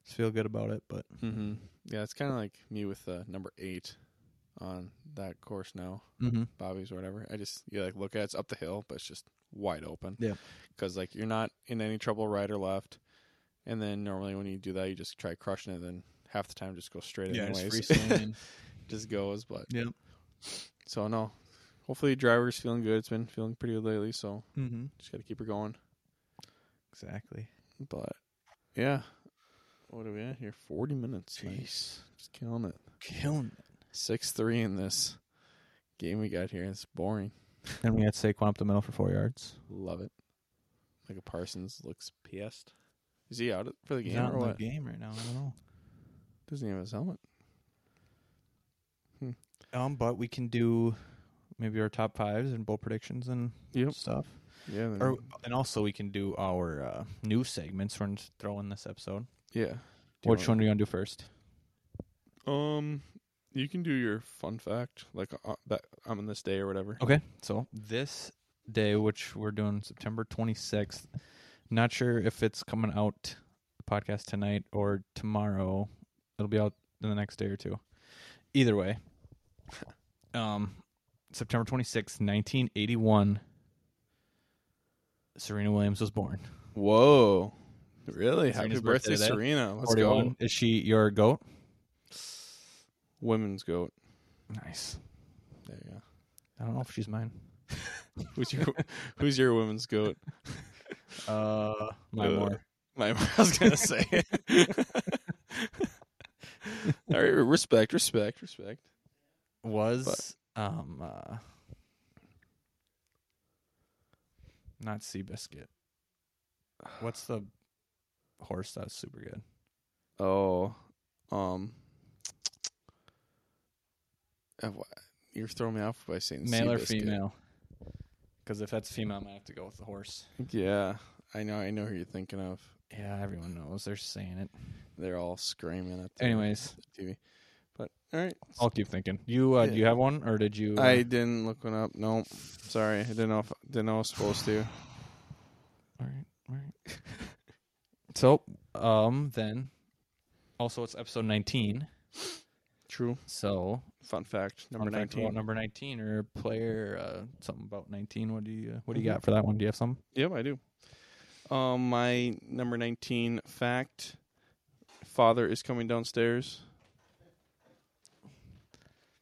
just feel good about it, but Mm-hmm. Yeah, it's kind of like me with uh, number eight on that course now, mm-hmm. Bobby's or whatever. I just you like look at it, it's up the hill, but it's just wide open. Yeah. because like you're not in any trouble right or left, and then normally when you do that, you just try crushing it. Then half the time just go straight yeah, just (laughs) anyways, free swinging. (laughs) just goes. But yep. so no, hopefully driver's feeling good. It's been feeling pretty good lately, so Mm-hmm. just got to keep her going. Exactly. But yeah, what are we at here? Forty minutes. Nice, Jeez, just killing it. killing. it. Six three in this game we got here. It's boring. And we had Saquon up the middle for four yards. Love it. Micah Parsons looks pissed. Is he out for the He's game not or in the what? game right now. I don't know. Doesn't even have his helmet. Um, but we can do maybe our top fives and bowl predictions and Yep. stuff. Yeah. then- Or and also we can do our uh, new segments we're gonna throw in this episode. yeah. Do you Which wanna- one are you gonna do first? Um, you can do your fun fact, like uh, that I'm on this day or whatever. Okay, so this day, which we're doing September 26th, not sure if it's coming out the podcast tonight or tomorrow. It'll be out in the next day or two. Either (laughs) way, um, September 26th, 1981, Serena Williams was born. Whoa. Really? Serena's Happy birthday birthday, today. Serena. Let's 41. go. Is she your goat? Women's goat. Nice. There you go. I don't know if she's mine. Who's (laughs) your Who's your women's goat? Uh, my Uh, more. My, (laughs) I was gonna say. All right, respect, respect, respect. was um uh not Seabiscuit. What's the horse that's super good? Oh, um, uh, wha- you're throwing me off by saying Male or Seabiscuit. female? Because if that's female, I might have to go with the horse. Yeah, I know, I know who you're thinking of. Yeah, everyone knows. They're saying it. They're all screaming at the Anyways, TV. But all right, I'll keep thinking. You uh, do you have one or did you? Uh, I didn't look one up. Nope. Sorry, I didn't know if didn't know I was supposed to. All right, all right. (laughs) so um then, also it's episode nineteen. True. So Fun fact number Fun fact about nineteen. number nineteen, or player, uh, something about nineteen. What do you uh, What do you Mm-hmm. got for that one? Do you have some? Yep, I do. Um, my number nineteen fact: father is coming downstairs.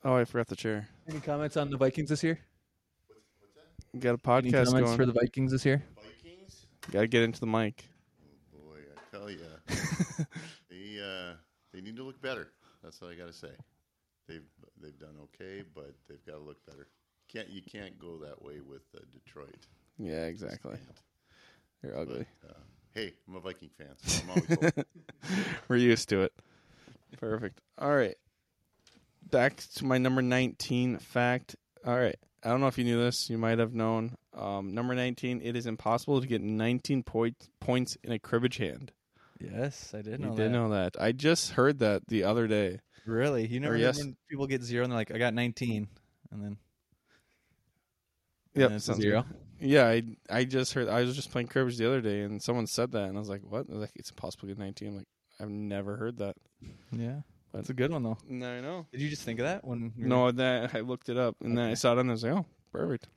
Oh, I forgot the chair. Any comments on the Vikings this year? Got a podcast going. the Vikings this year? Vikings? Got to get into the mic. Boy, I tell you, they uh, they need to look better. That's what I got to say. They've they've done okay, but they've got to look better. Can't you can't go that way with uh, Detroit? Yeah, exactly. You're (laughs) ugly. Uh, hey, I'm a Viking fan. So (laughs) I'm always hoping. We're used to it. Perfect. All right. Back to my number 19 fact. All right. I don't know if you knew this. You might have known. Um, number 19, it is impossible to get 19 point, points in a cribbage hand. Yes, I did you know did that. know that. I just heard that the other day. Really? You never Or heard yes. when people get zero and they're like, "I got 19. and then and Yep, then it's sounds zero. Yeah, I I just heard. I was just playing cribbage the other day, and someone said that, and I was like, "What?" They're Like it's impossible to get 19. I'm like, I've never heard that. Yeah, that's That's a good one though. No, I know. Did you just think of that when? you were- No, that I looked it up, and then I Okay. saw it, and I was like, "Oh, perfect.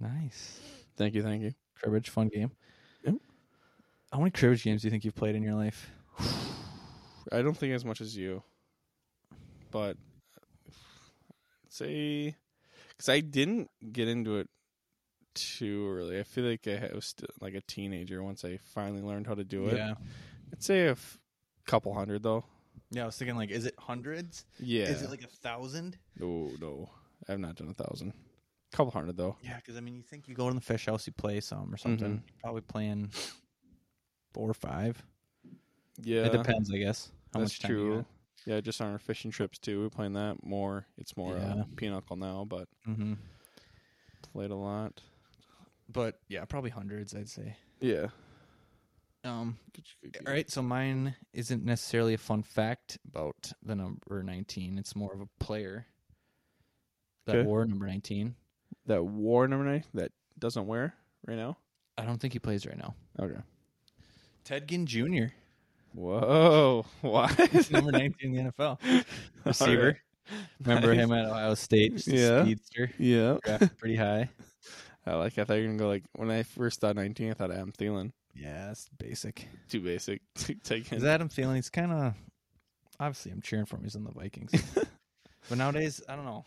Nice Thank you, thank you." cribbage, fun game. Yep. How many cribbage games do you think you've played in your life? I don't think as much as you, but I'd say because I didn't get into it too early. I feel like I had- was still like a teenager once I finally learned how to do it. Yeah, I'd say a f- couple hundred though. yeah. I was thinking like, is it hundreds? Yeah. Is it like a thousand? no, no, I've not done a thousand. Couple hundred though. Yeah, because I mean, you think you go in the fish house, you play some or something. Mhm. You're probably playing four or five. Yeah, it depends, I guess. How that's much time true. You Yeah, just on our fishing trips too. We're playing that more. It's more uh, Yeah. pinochle now, but got. hmm played a lot. But yeah, probably hundreds, I'd say. Yeah. Um, all right, so mine isn't necessarily a fun fact about the number 19. It's more of a player that Okay. wore number 19. That war number nine that doesn't wear right now. I don't think he plays right now. Okay. Ted Ginn (laughs) Jr., Whoa. (laughs) What? (laughs) number 19 in the NFL. Receiver. Remember him at Ohio State? Just a Yeah. Speedster. (laughs) Yeah. Drafted pretty high. I like I thought you were gonna go like when I first thought nineteen, I thought Adam Thielen. Yeah, that's (laughs) basic. Too basic. Take Is him. Adam Thielen? He's kind of obviously I'm cheering for him. He's on the (laughs) Vikings, but nowadays I don't know.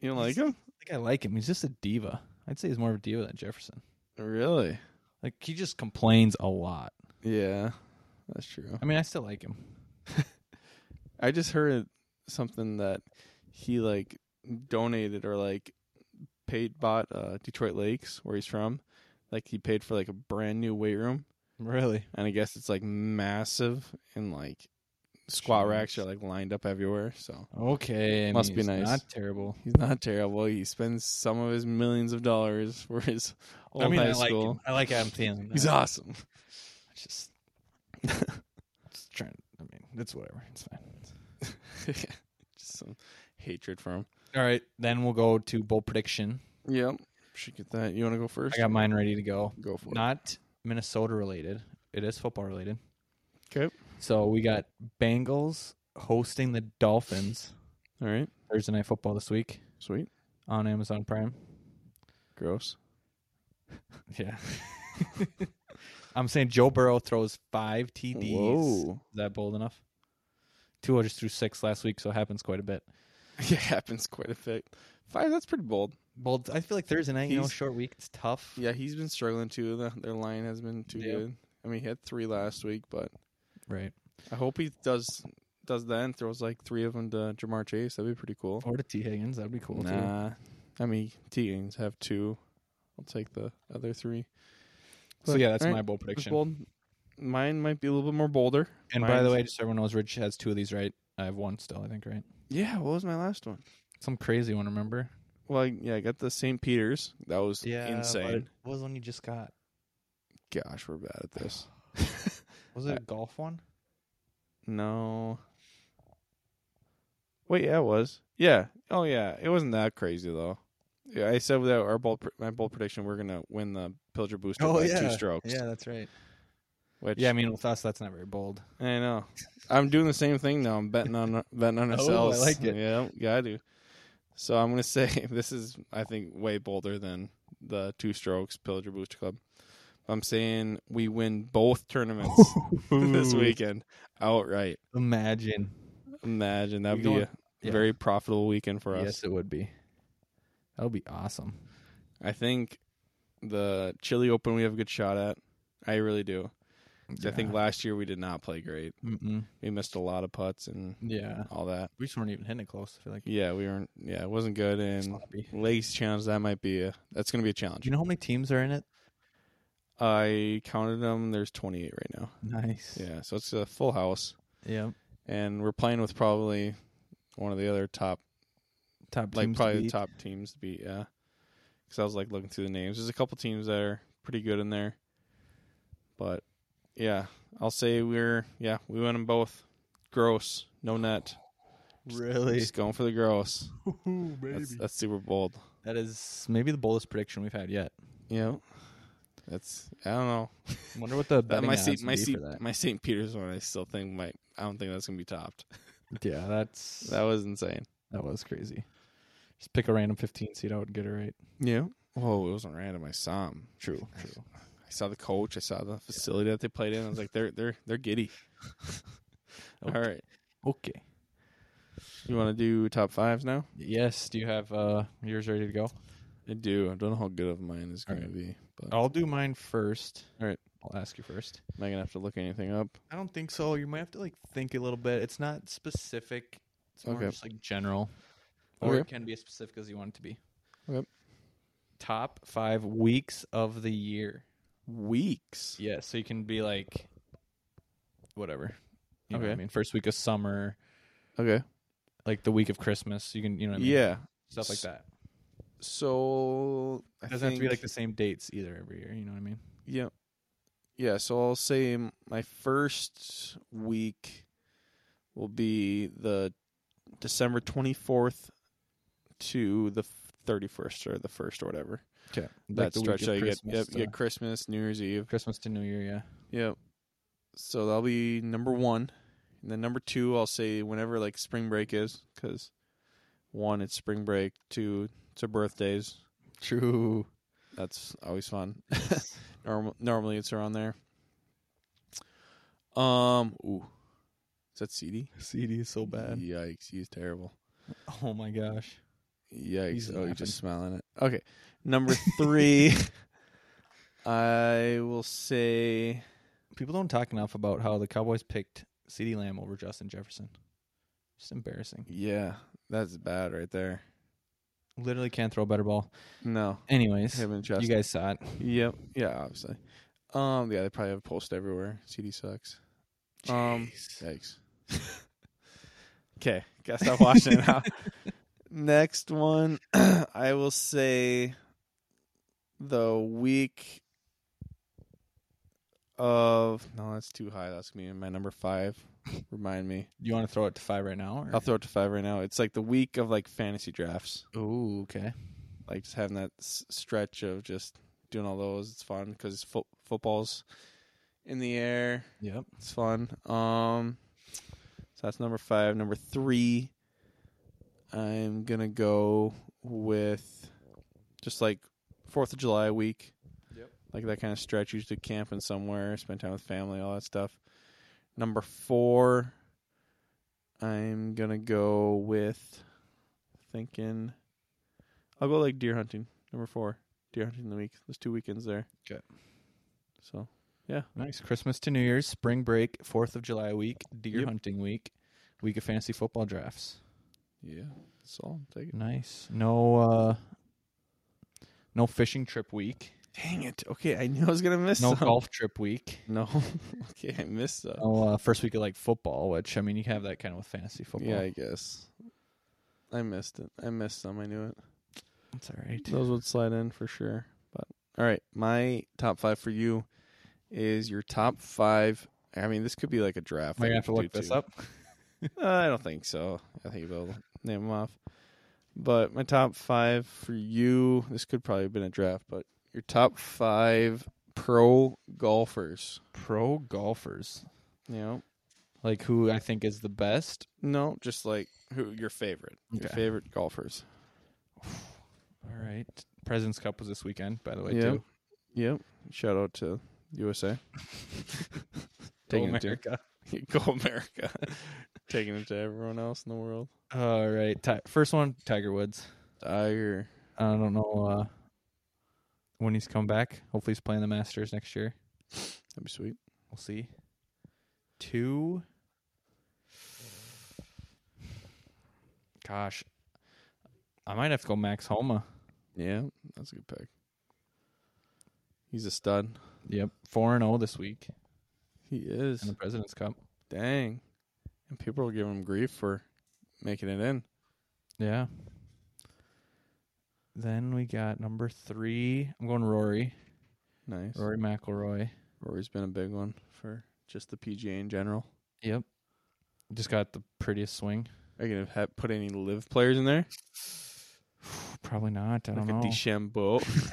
you don't like him? I think I like him. He's just a diva. I'd say he's more of a diva than Jefferson. "Oh, Really? Like he just complains a lot. Yeah. That's true. I mean, I still like him. I just heard something that he like donated or like paid bought uh Detroit Lakes where he's from. Like he paid for like a brand new weight room Really? and I guess it's like massive and like squat Jeez. racks are like lined up everywhere. So Okay, I Must mean, be it's nice. Not terrible. he's not terrible. He spends some of his millions of dollars (laughs) for his old I mean, high I like school. him. I like Adam Thielen. He's I awesome. (laughs) just, (laughs) just trying. I mean, it's whatever. It's fine. Just some hatred for him. All right, then we'll go to bowl prediction. Yep. Should get that. You want to go first? I got mine ready to go. Go for Not Minnesota related. It is football related. it. Okay. So we got Bengals hosting the Dolphins All right. Thursday night football this week Sweet. on Amazon Prime. Gross. (laughs) Yeah. (laughs) I'm saying Joe Burrow throws five TDs. Whoa. Is that bold enough? Tua just threw six last week, so it happens quite a bit. (laughs) Yeah, happens quite a bit. Five. That's pretty bold. Bold. I feel like Thursday night, you know, He's- short week, it's tough. Yeah, he's been struggling too. The, their line has been too Yeah. good. I mean, he had three last week, but Right. I hope he does does that and throws like three of them to Jamar Chase. That'd be pretty cool. Or to T Higgins, that'd be cool too. Oh, nah, I mean, Teagans have two. I'll take the other three. So But, yeah, that's all right, my bold that's prediction. bold. Mine might be a little bit more bolder. And by the Mine's- way, just so everyone knows, Rich has two of these right. I have one still, I think, right? Yeah, what was my last one? Some crazy one, remember? Well, I, yeah, I got the St. Peter's. That was insane. What was one you just got? Gosh, we're bad at this. Was it a golf one? No. Wait, yeah, it was. Yeah. Oh, yeah. It wasn't that crazy though. Yeah, I said that our bold, pr- my bold prediction, we're gonna win the Pilger Booster by two strokes. Oh, Yeah, that's right. Which, Yeah, I mean, with us, that's not very (laughs) bold. I know. I'm doing the same thing now. I'm betting on (laughs) betting on Oh, I ourselves. like it. Yeah, gotta do. So I'm gonna (laughs) say this is I think way bolder than the two strokes Pillager Booster Club. I'm saying we win both tournaments (laughs) this weekend outright. Imagine. Imagine that'd We be going- a yeah. very profitable weekend for us. Yes, it would be. That would be awesome. I think the Chili Open we have a good shot at. I really do. 'Cause I think last year we did not play great. Mm-mm. We missed a lot of putts and Yeah. all that. We just weren't even hitting it close. I feel like. Yeah, we weren't. Yeah, it wasn't good. And Sloppy. legs challenge that might be a that's gonna be a Do challenge. you know how many teams are in it? I counted them. There's 28 right now. Nice. Yeah, so it's a full house, Yeah. and we're playing with probably one of the other top, Top like teams to probably the beat. top teams to beat. Yeah, because I was like looking through the names. There's a couple teams that are pretty good in there, but yeah, I'll say we're yeah we win them both. Gross, no net. (laughs) Really? Just going for the gross. That's, That's- that's super bold. That is maybe the boldest prediction we've had yet. Yeah, that's I don't know. I wonder what the That betting my odds Saint would my be Saint for that. my Saint Peter's one. I still think might. I don't think that's gonna be topped. Yeah, that's That was insane. that was crazy. Just pick a random 15 seed out and get it right. Yeah. Whoa, it wasn't random. I saw him. True. True. I saw the coach. I saw the facility that they played in. I was like, they're they're they're (laughs) giddy. Okay. All right. Okay. You want to do top fives now? Yes. Do you have uh yours ready to go? I do. I don't know how good of mine is All gonna right. be, but I'll do mine first. All right. I'll ask you first. am I gonna have to look anything up? I don't think so. You might have to like think a little bit. It's not specific. It's more Okay. just like general. Or it Okay. can be as specific as you want it to be. Okay. Top five weeks of the year. Weeks. Yeah, so you can be like whatever. You know what I Okay. mean? First week of summer, Okay. like the week of Christmas. You can you know what I mean? Yeah. Stuff like that. So I It doesn't have to be think- like the same dates either every year, you know what I mean? Yeah. Yeah, so I'll say m- my first week will be the December 24th to the f- 31st or the 1st or whatever. Okay. that stretch that you get, yep, you uh, get Christmas, New Year's Eve. Christmas to New Year, yeah. Yep. So that'll be number one. And then number two, I'll say whenever like spring break is, because one, it's spring break, two, it's our birthdays. True. That's always fun. (laughs) Norm- normally it's around there. Um, ooh, is that CD? CD is so Yikes, he's terrible. Oh my gosh. Yikes! He's oh, laughing. you're just smiling it. Okay, number (laughs) three. I will say People don't talk enough about how the Cowboys picked CeeDee Lamb over Justin Jefferson. Just embarrassing. yeah, that's bad right there. Literally can't throw a better ball. No, Anyways, him and you Justin. guys saw it. yep, yeah, obviously. Um, yeah, they probably have a post everywhere. CD sucks. Um, Jeez. yikes. (laughs) Okay, gotta stop watching it now. Next one, (clears throat) I will say the week of no, that's too high. That's gonna be my number five. Remind me. You want to throw it to five right now? I'll throw it to five right now. It's like the week of like fantasy drafts. Ooh, okay. Like just having that s- stretch of just doing all those. It's fun because fo- football's in the air. Yep. It's fun. Um, so that's number five. Number three, I'm gonna go with just like Fourth of July week. Yep. Like that kind of stretch. Usually camping somewhere, spend time with family, all that stuff. Number four, I'm gonna go with thinking. I'll go like deer hunting. Number four, deer hunting the week. There's two weekends there. Okay. So Nice. Christmas to New Year's, spring break, Fourth of July week, deer Yep. hunting week, week of fantasy football drafts. yeah, that's all. I'm taking. Nice. No. uh No fishing trip week. Dang it. Okay, I knew I was gonna miss (laughs) No some. golf trip week. No. okay, I missed some. No uh, first week of like football, which I mean you can have that kind of with fantasy football. Yeah, I guess. I missed it. I missed some. I knew it. that's all right. Those would slide in for sure. But all right, my top five for you is your top five. I mean, this could be like a draft. Am I that gonna we have to could look do, this up? too. Uh, I don't think so. I think you'll be able to name them off. But my top five for you. This could probably have been a draft, but your top five pro golfers. Pro golfers, You know, like who I think is the best. No, just like who your favorite, your Okay. favorite golfers. All right. President's Cup was this weekend, by the way. Yeah. Too. Yep. Shout out to (laughs) USA. Taking Go it to America. (laughs) go America. (laughs) Taking it to everyone else in the world. All right. Ti- first one, Tiger Woods. Tiger. I don't know uh, when he's come back. Hopefully, he's playing the Masters next year. That'd be sweet. We'll see. Two. Gosh, I might have to go Max Homa. Yeah, that's a good pick. He's a stud. Yep, four and zero this week He in is. the President's Cup. Dang. And people will give him grief for making it in. Yeah. Then we got number three. I'm going Rory. Nice. Rory McIlroy. Rory's been a big one for just the PGA in general. Yep. Just got the prettiest swing. (sighs) Are you gonna ha put any live players in there? Probably not. I like don't a know. (laughs) Deschambeau,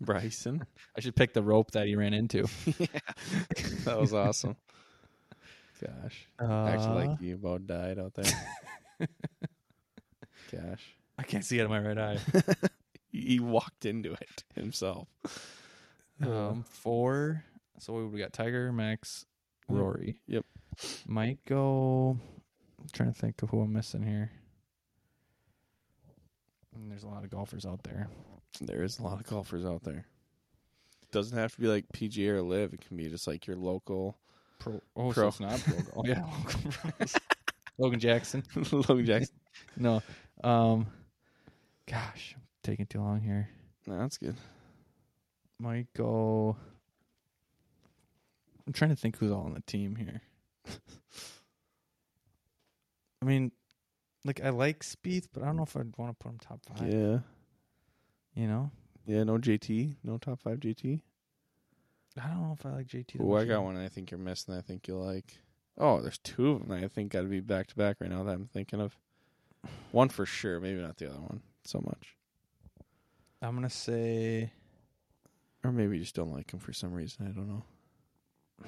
Bryson. I should pick the rope that he ran into. That was awesome. (laughs) Gosh, actually, Uh, like you about died out there. (laughs) Gosh, (laughs) I can't see out of my right eye. he he walked into it himself. Uh-huh. um, four. So we got Tiger, Max, Yep. Rory. Mm-hmm. Yep. Might go. I'm trying to think of who I'm missing here. And there's a lot of golfers out there. There is a lot of golfers out there. Doesn't have to be like PGA or live. It can be just like your local (laughs) Pro. Oh, so Pro. it's not (laughs) pro golf. yeah, Logan Pros. Logan Jackson. Logan (laughs) Jackson. No. Um. Gosh, I'm taking too long here. No, that's good. Might go. I'm trying to think who's all on the team here. (laughs) I mean, like I like Spieth, but I don't know if I'd want to put him top five. Yeah, You know, yeah. No JT. No top five JT. I don't know if I like JT. that Oh, I much got either. one I think you're missing. I think you like. Oh, there's two of them. that I think got to be back to back right now that I'm thinking of. One for sure, maybe not the other one so much, I'm gonna say or maybe you just don't like him for some reason. I don't know.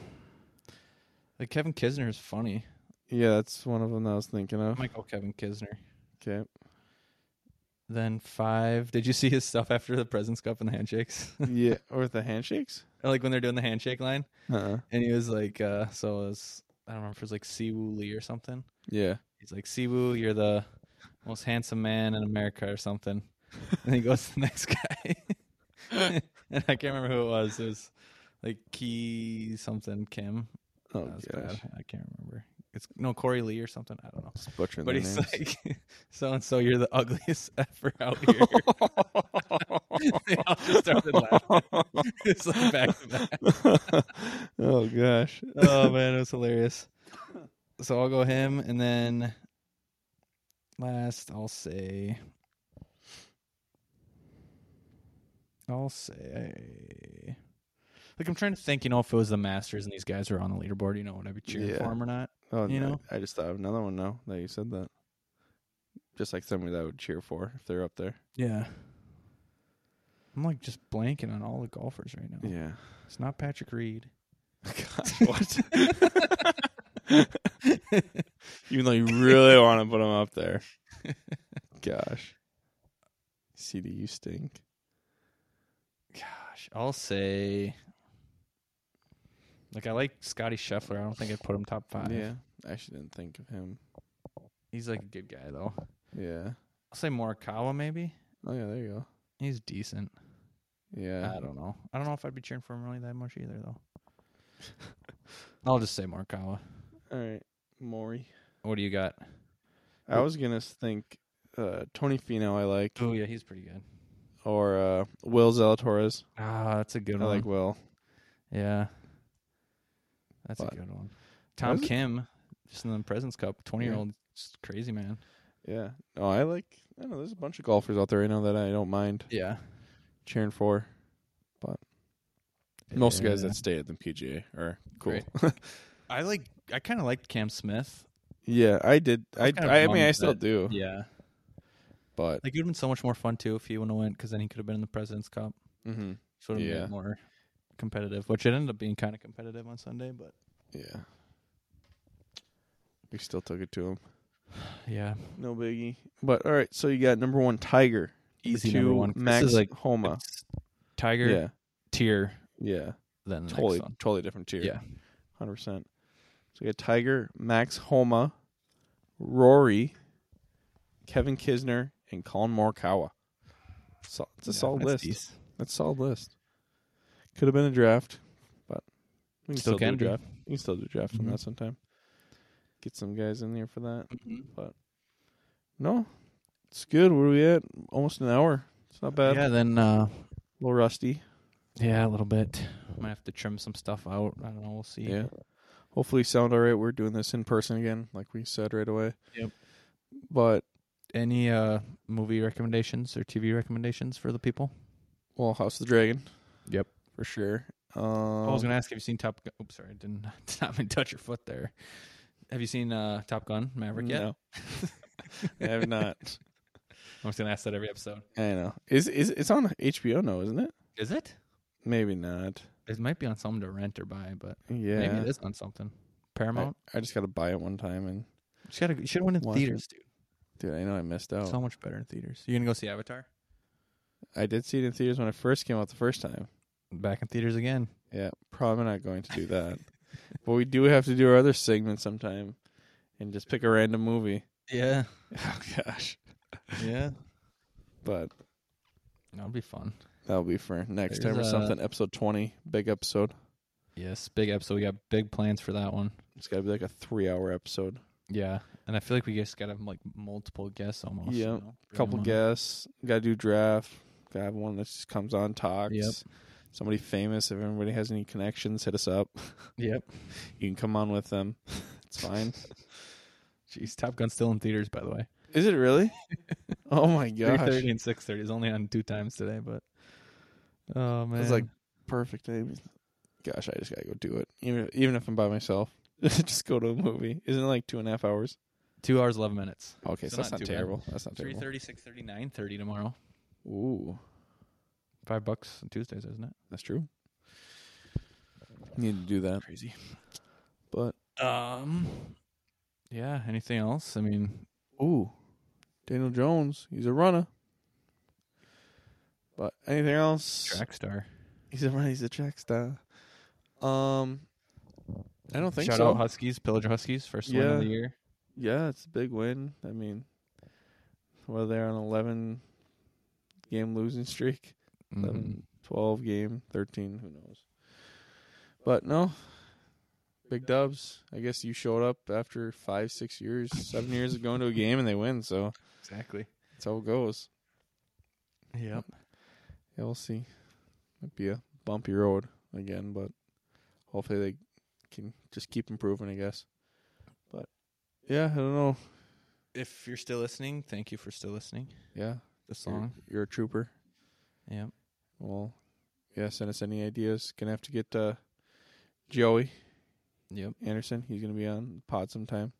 like Kevin Kisner is funny. Yeah, that's one of them that I was thinking I of. might go Kevin Kisner. (laughs) Okay, Then five. Did you see his stuff after the Presidents Cup and the handshakes? (laughs) yeah, or with the handshakes. like when they're doing the handshake line, Uh-uh. and he was like, uh, "So it was, I don't remember if it was like Siwoo Lee or something." Yeah, He's like, Siwoo, you're the most handsome man in America or something. And he goes to the (laughs) next guy. (laughs) and I can't remember who it was. It was like Key something Kim. oh That was gosh, bad. I can't remember. It's no Corey Lee or something. I don't know. just butchering But their he's (laughs) names. like, (laughs) so and so, you're the ugliest (laughs) ever (laughs) out here. they all just started laughing. (laughs) it's like back to back. (laughs) oh gosh, (laughs) Oh man, it was hilarious. So I'll go him, and then last I'll say, I'll say, Like I'm trying to think, you know, if it was the Masters and these guys were on the leaderboard, you know, would I be cheering Yeah. for them or not? Oh, You no, know? I just thought of another one now that you said that. Just like somebody that I would cheer for if they're up there. Yeah. I'm like just blanking on all the golfers right now. Yeah. It's not Patrick Reed. (laughs) (laughs) God, what? Even though you really (laughs) want to put him up there. Gosh. CD, you stink. Gosh, I'll say. Like I like Scotty Scheffler. I don't think I put him top five. Yeah. I actually didn't think of him. He's like a good guy though. Yeah. I'll say Morikawa maybe. Oh, yeah, there you go. He's decent. Yeah. I don't know. I don't know if I'd be cheering for him really that much either (laughs) though. I'll just say Morikawa. All right. Maury. What do you got? I was going to think uh, Tony Fino, I like, Oh yeah, he's pretty good. or uh, Will Zalatoris. Ah, that's a good I one. like Will. yeah, that's But- a good one. Tom Was it- Kim, just in the Presidents Cup, twenty year old, crazy man. Yeah. No, I like. I don't know. There's a bunch of golfers out there right now that I don't mind Yeah, cheering for, but most guys Yeah. that stay at the PGA are cool. I like. I kind of liked Cam Smith. (laughs) yeah, I did. I kinda I, I bummed mean, I still that- do, Yeah, but like it would have been so much more fun too if he wouldn't have went because then he could have been in the Presidents Cup. mhm, So it would have Yeah. been more competitive, which it ended up being kind of competitive on Sunday. But yeah, we still took it to him. yeah, No biggie. But all right, so you got number one Tiger, easy two number one. Max this is like Homa. it's Tiger Yeah, tier yeah, than the totally, next one. totally different tier. Yeah, hundred percent. So you got Tiger, Max Homa, Rory, Kevin Kisner, and Colin Morikawa. So it's a Yeah, solid that's list. decent. That's a solid list. Could have been a draft, but we can Still still, can do be. a draft. We can still do a draft Mhm. on that sometime. Get some guys in here for that. Mhm. But no, it's good. Where are we at? Almost an hour. It's not bad. yeah, then uh, A little rusty. yeah, a little bit. I might have to trim some stuff out. I don't know. We'll see. Yeah. Hopefully sound all right. We're doing this in person again, like we said right away. Yep. But Any uh movie recommendations or TV recommendations for the people? Well, House of the Dragon. Yep. for sure. Um, I was gonna ask, have you seen Top Gun? Oops, sorry, I didn't (laughs) did not mean to touch your foot there. Have you seen uh Top Gun Maverick yet? Um, (laughs) No, I have not. I'm just gonna ask that every episode. I know. Is is it's on HBO now, isn't it? Is it? Maybe not. It might be on something to rent or buy, but Yeah, maybe it is on something. I, Paramount. I just got to buy it one time, and You should have went in Watch it. theaters, dude. dude, I know I missed out. So much better in theaters. You gonna go see Avatar? I did see it in theaters when it first came out the first time. Back in theaters again. Yeah, probably not going to (laughs) do that. but we do have to do our other segment sometime, and just pick a random movie. (laughs) (laughs) Yeah. Oh gosh, Yeah. but That'll be fun. that'll be for next time or There's, uh, something. Episode twenty, big episode. Yes, big episode. We got big plans for that one. It's got to be like a three-hour episode. Yeah, and I feel like we just gotta have like multiple guests almost. Yeah, know? Bring couple them on. guests. Got to do draft. Got to have one that just comes on talks. Yep. Somebody famous. If everybody has any connections, hit us up. (laughs) Yep. You can come on with them. It's fine. Jeez, Top Gun's still in theaters, by the way. Is it (laughs) really? oh my Three gosh! thirty and six thirty is only on two times today, but oh man, It's like perfect timing. Gosh, I just gotta go do it. Even even if I'm by myself, (laughs) just go to a movie. Isn't it like two and a half hours? two hours eleven minutes. Okay, So so, that's not not, too bad. terrible. That's not Three terrible. thirty, six thirty, nine thirty tomorrow. Ooh, Five bucks on Tuesdays, isn't it? that's true. Need to do that. Crazy. But Um, yeah. Anything else? I mean, Ooh, Daniel Jones, he's a runner. But anything else? track star. He's a runner. He's a track star. Um, I don't think Shout so. out Huskies, Pillager Huskies, first win of the Yeah. year. yeah, it's a big win. I mean, well, they're on eleven game losing streak, Mhm. 11, 12 game, thirteen. Who knows? But no, big dubs. I guess you showed up after five, six years, seven years of going to a game, and they win. So Exactly. that's how it goes. Yep. Yeah, we'll see. Might be a bumpy road again, but hopefully they can just keep improving, I guess. But Yeah, I don't know. If you're still listening, thank you for still listening. Yeah, The you're- song. You're, a trooper. Yeah. Well, yeah. Send us any ideas. Gonna have to get uh, Joey Yep. Anderson. He's gonna be on the pod sometime.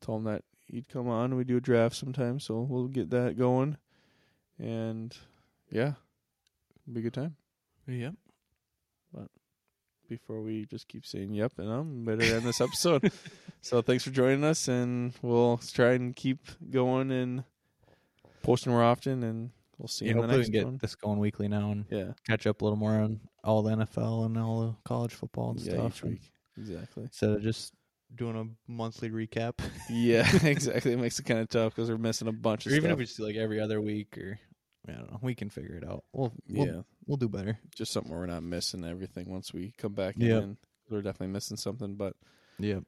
Told him that he'd come on. We do a draft sometime, so we'll get that going. And yeah, be a good time. Yep. Before we just keep saying yep and um, better end (laughs) this episode. so thanks for joining us, and we'll try and keep going and posting more often, and we'll see Yeah, you in the hopefully we next can get one. this going weekly now and Yeah, catch up a little more on all the NFL and all the college football and yeah, stuff. each and week. Exactly. Instead of just doing a monthly recap. (laughs) Yeah, exactly. It makes it kind of tough because we're missing a bunch or of even if stuff. we just do like every other week or I don't know. We can figure it out. We'll yeah, we'll, we'll do better. just something where we're not missing everything once we come back Yeah. in. We're definitely missing something, but Yeah.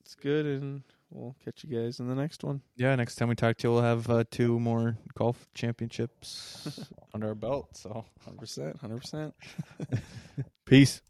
it's good, and we'll catch you guys in the next one. Yeah, next time we talk to you we'll have uh, two more golf (laughs) championships under our belt. So 100%. 100%. peace.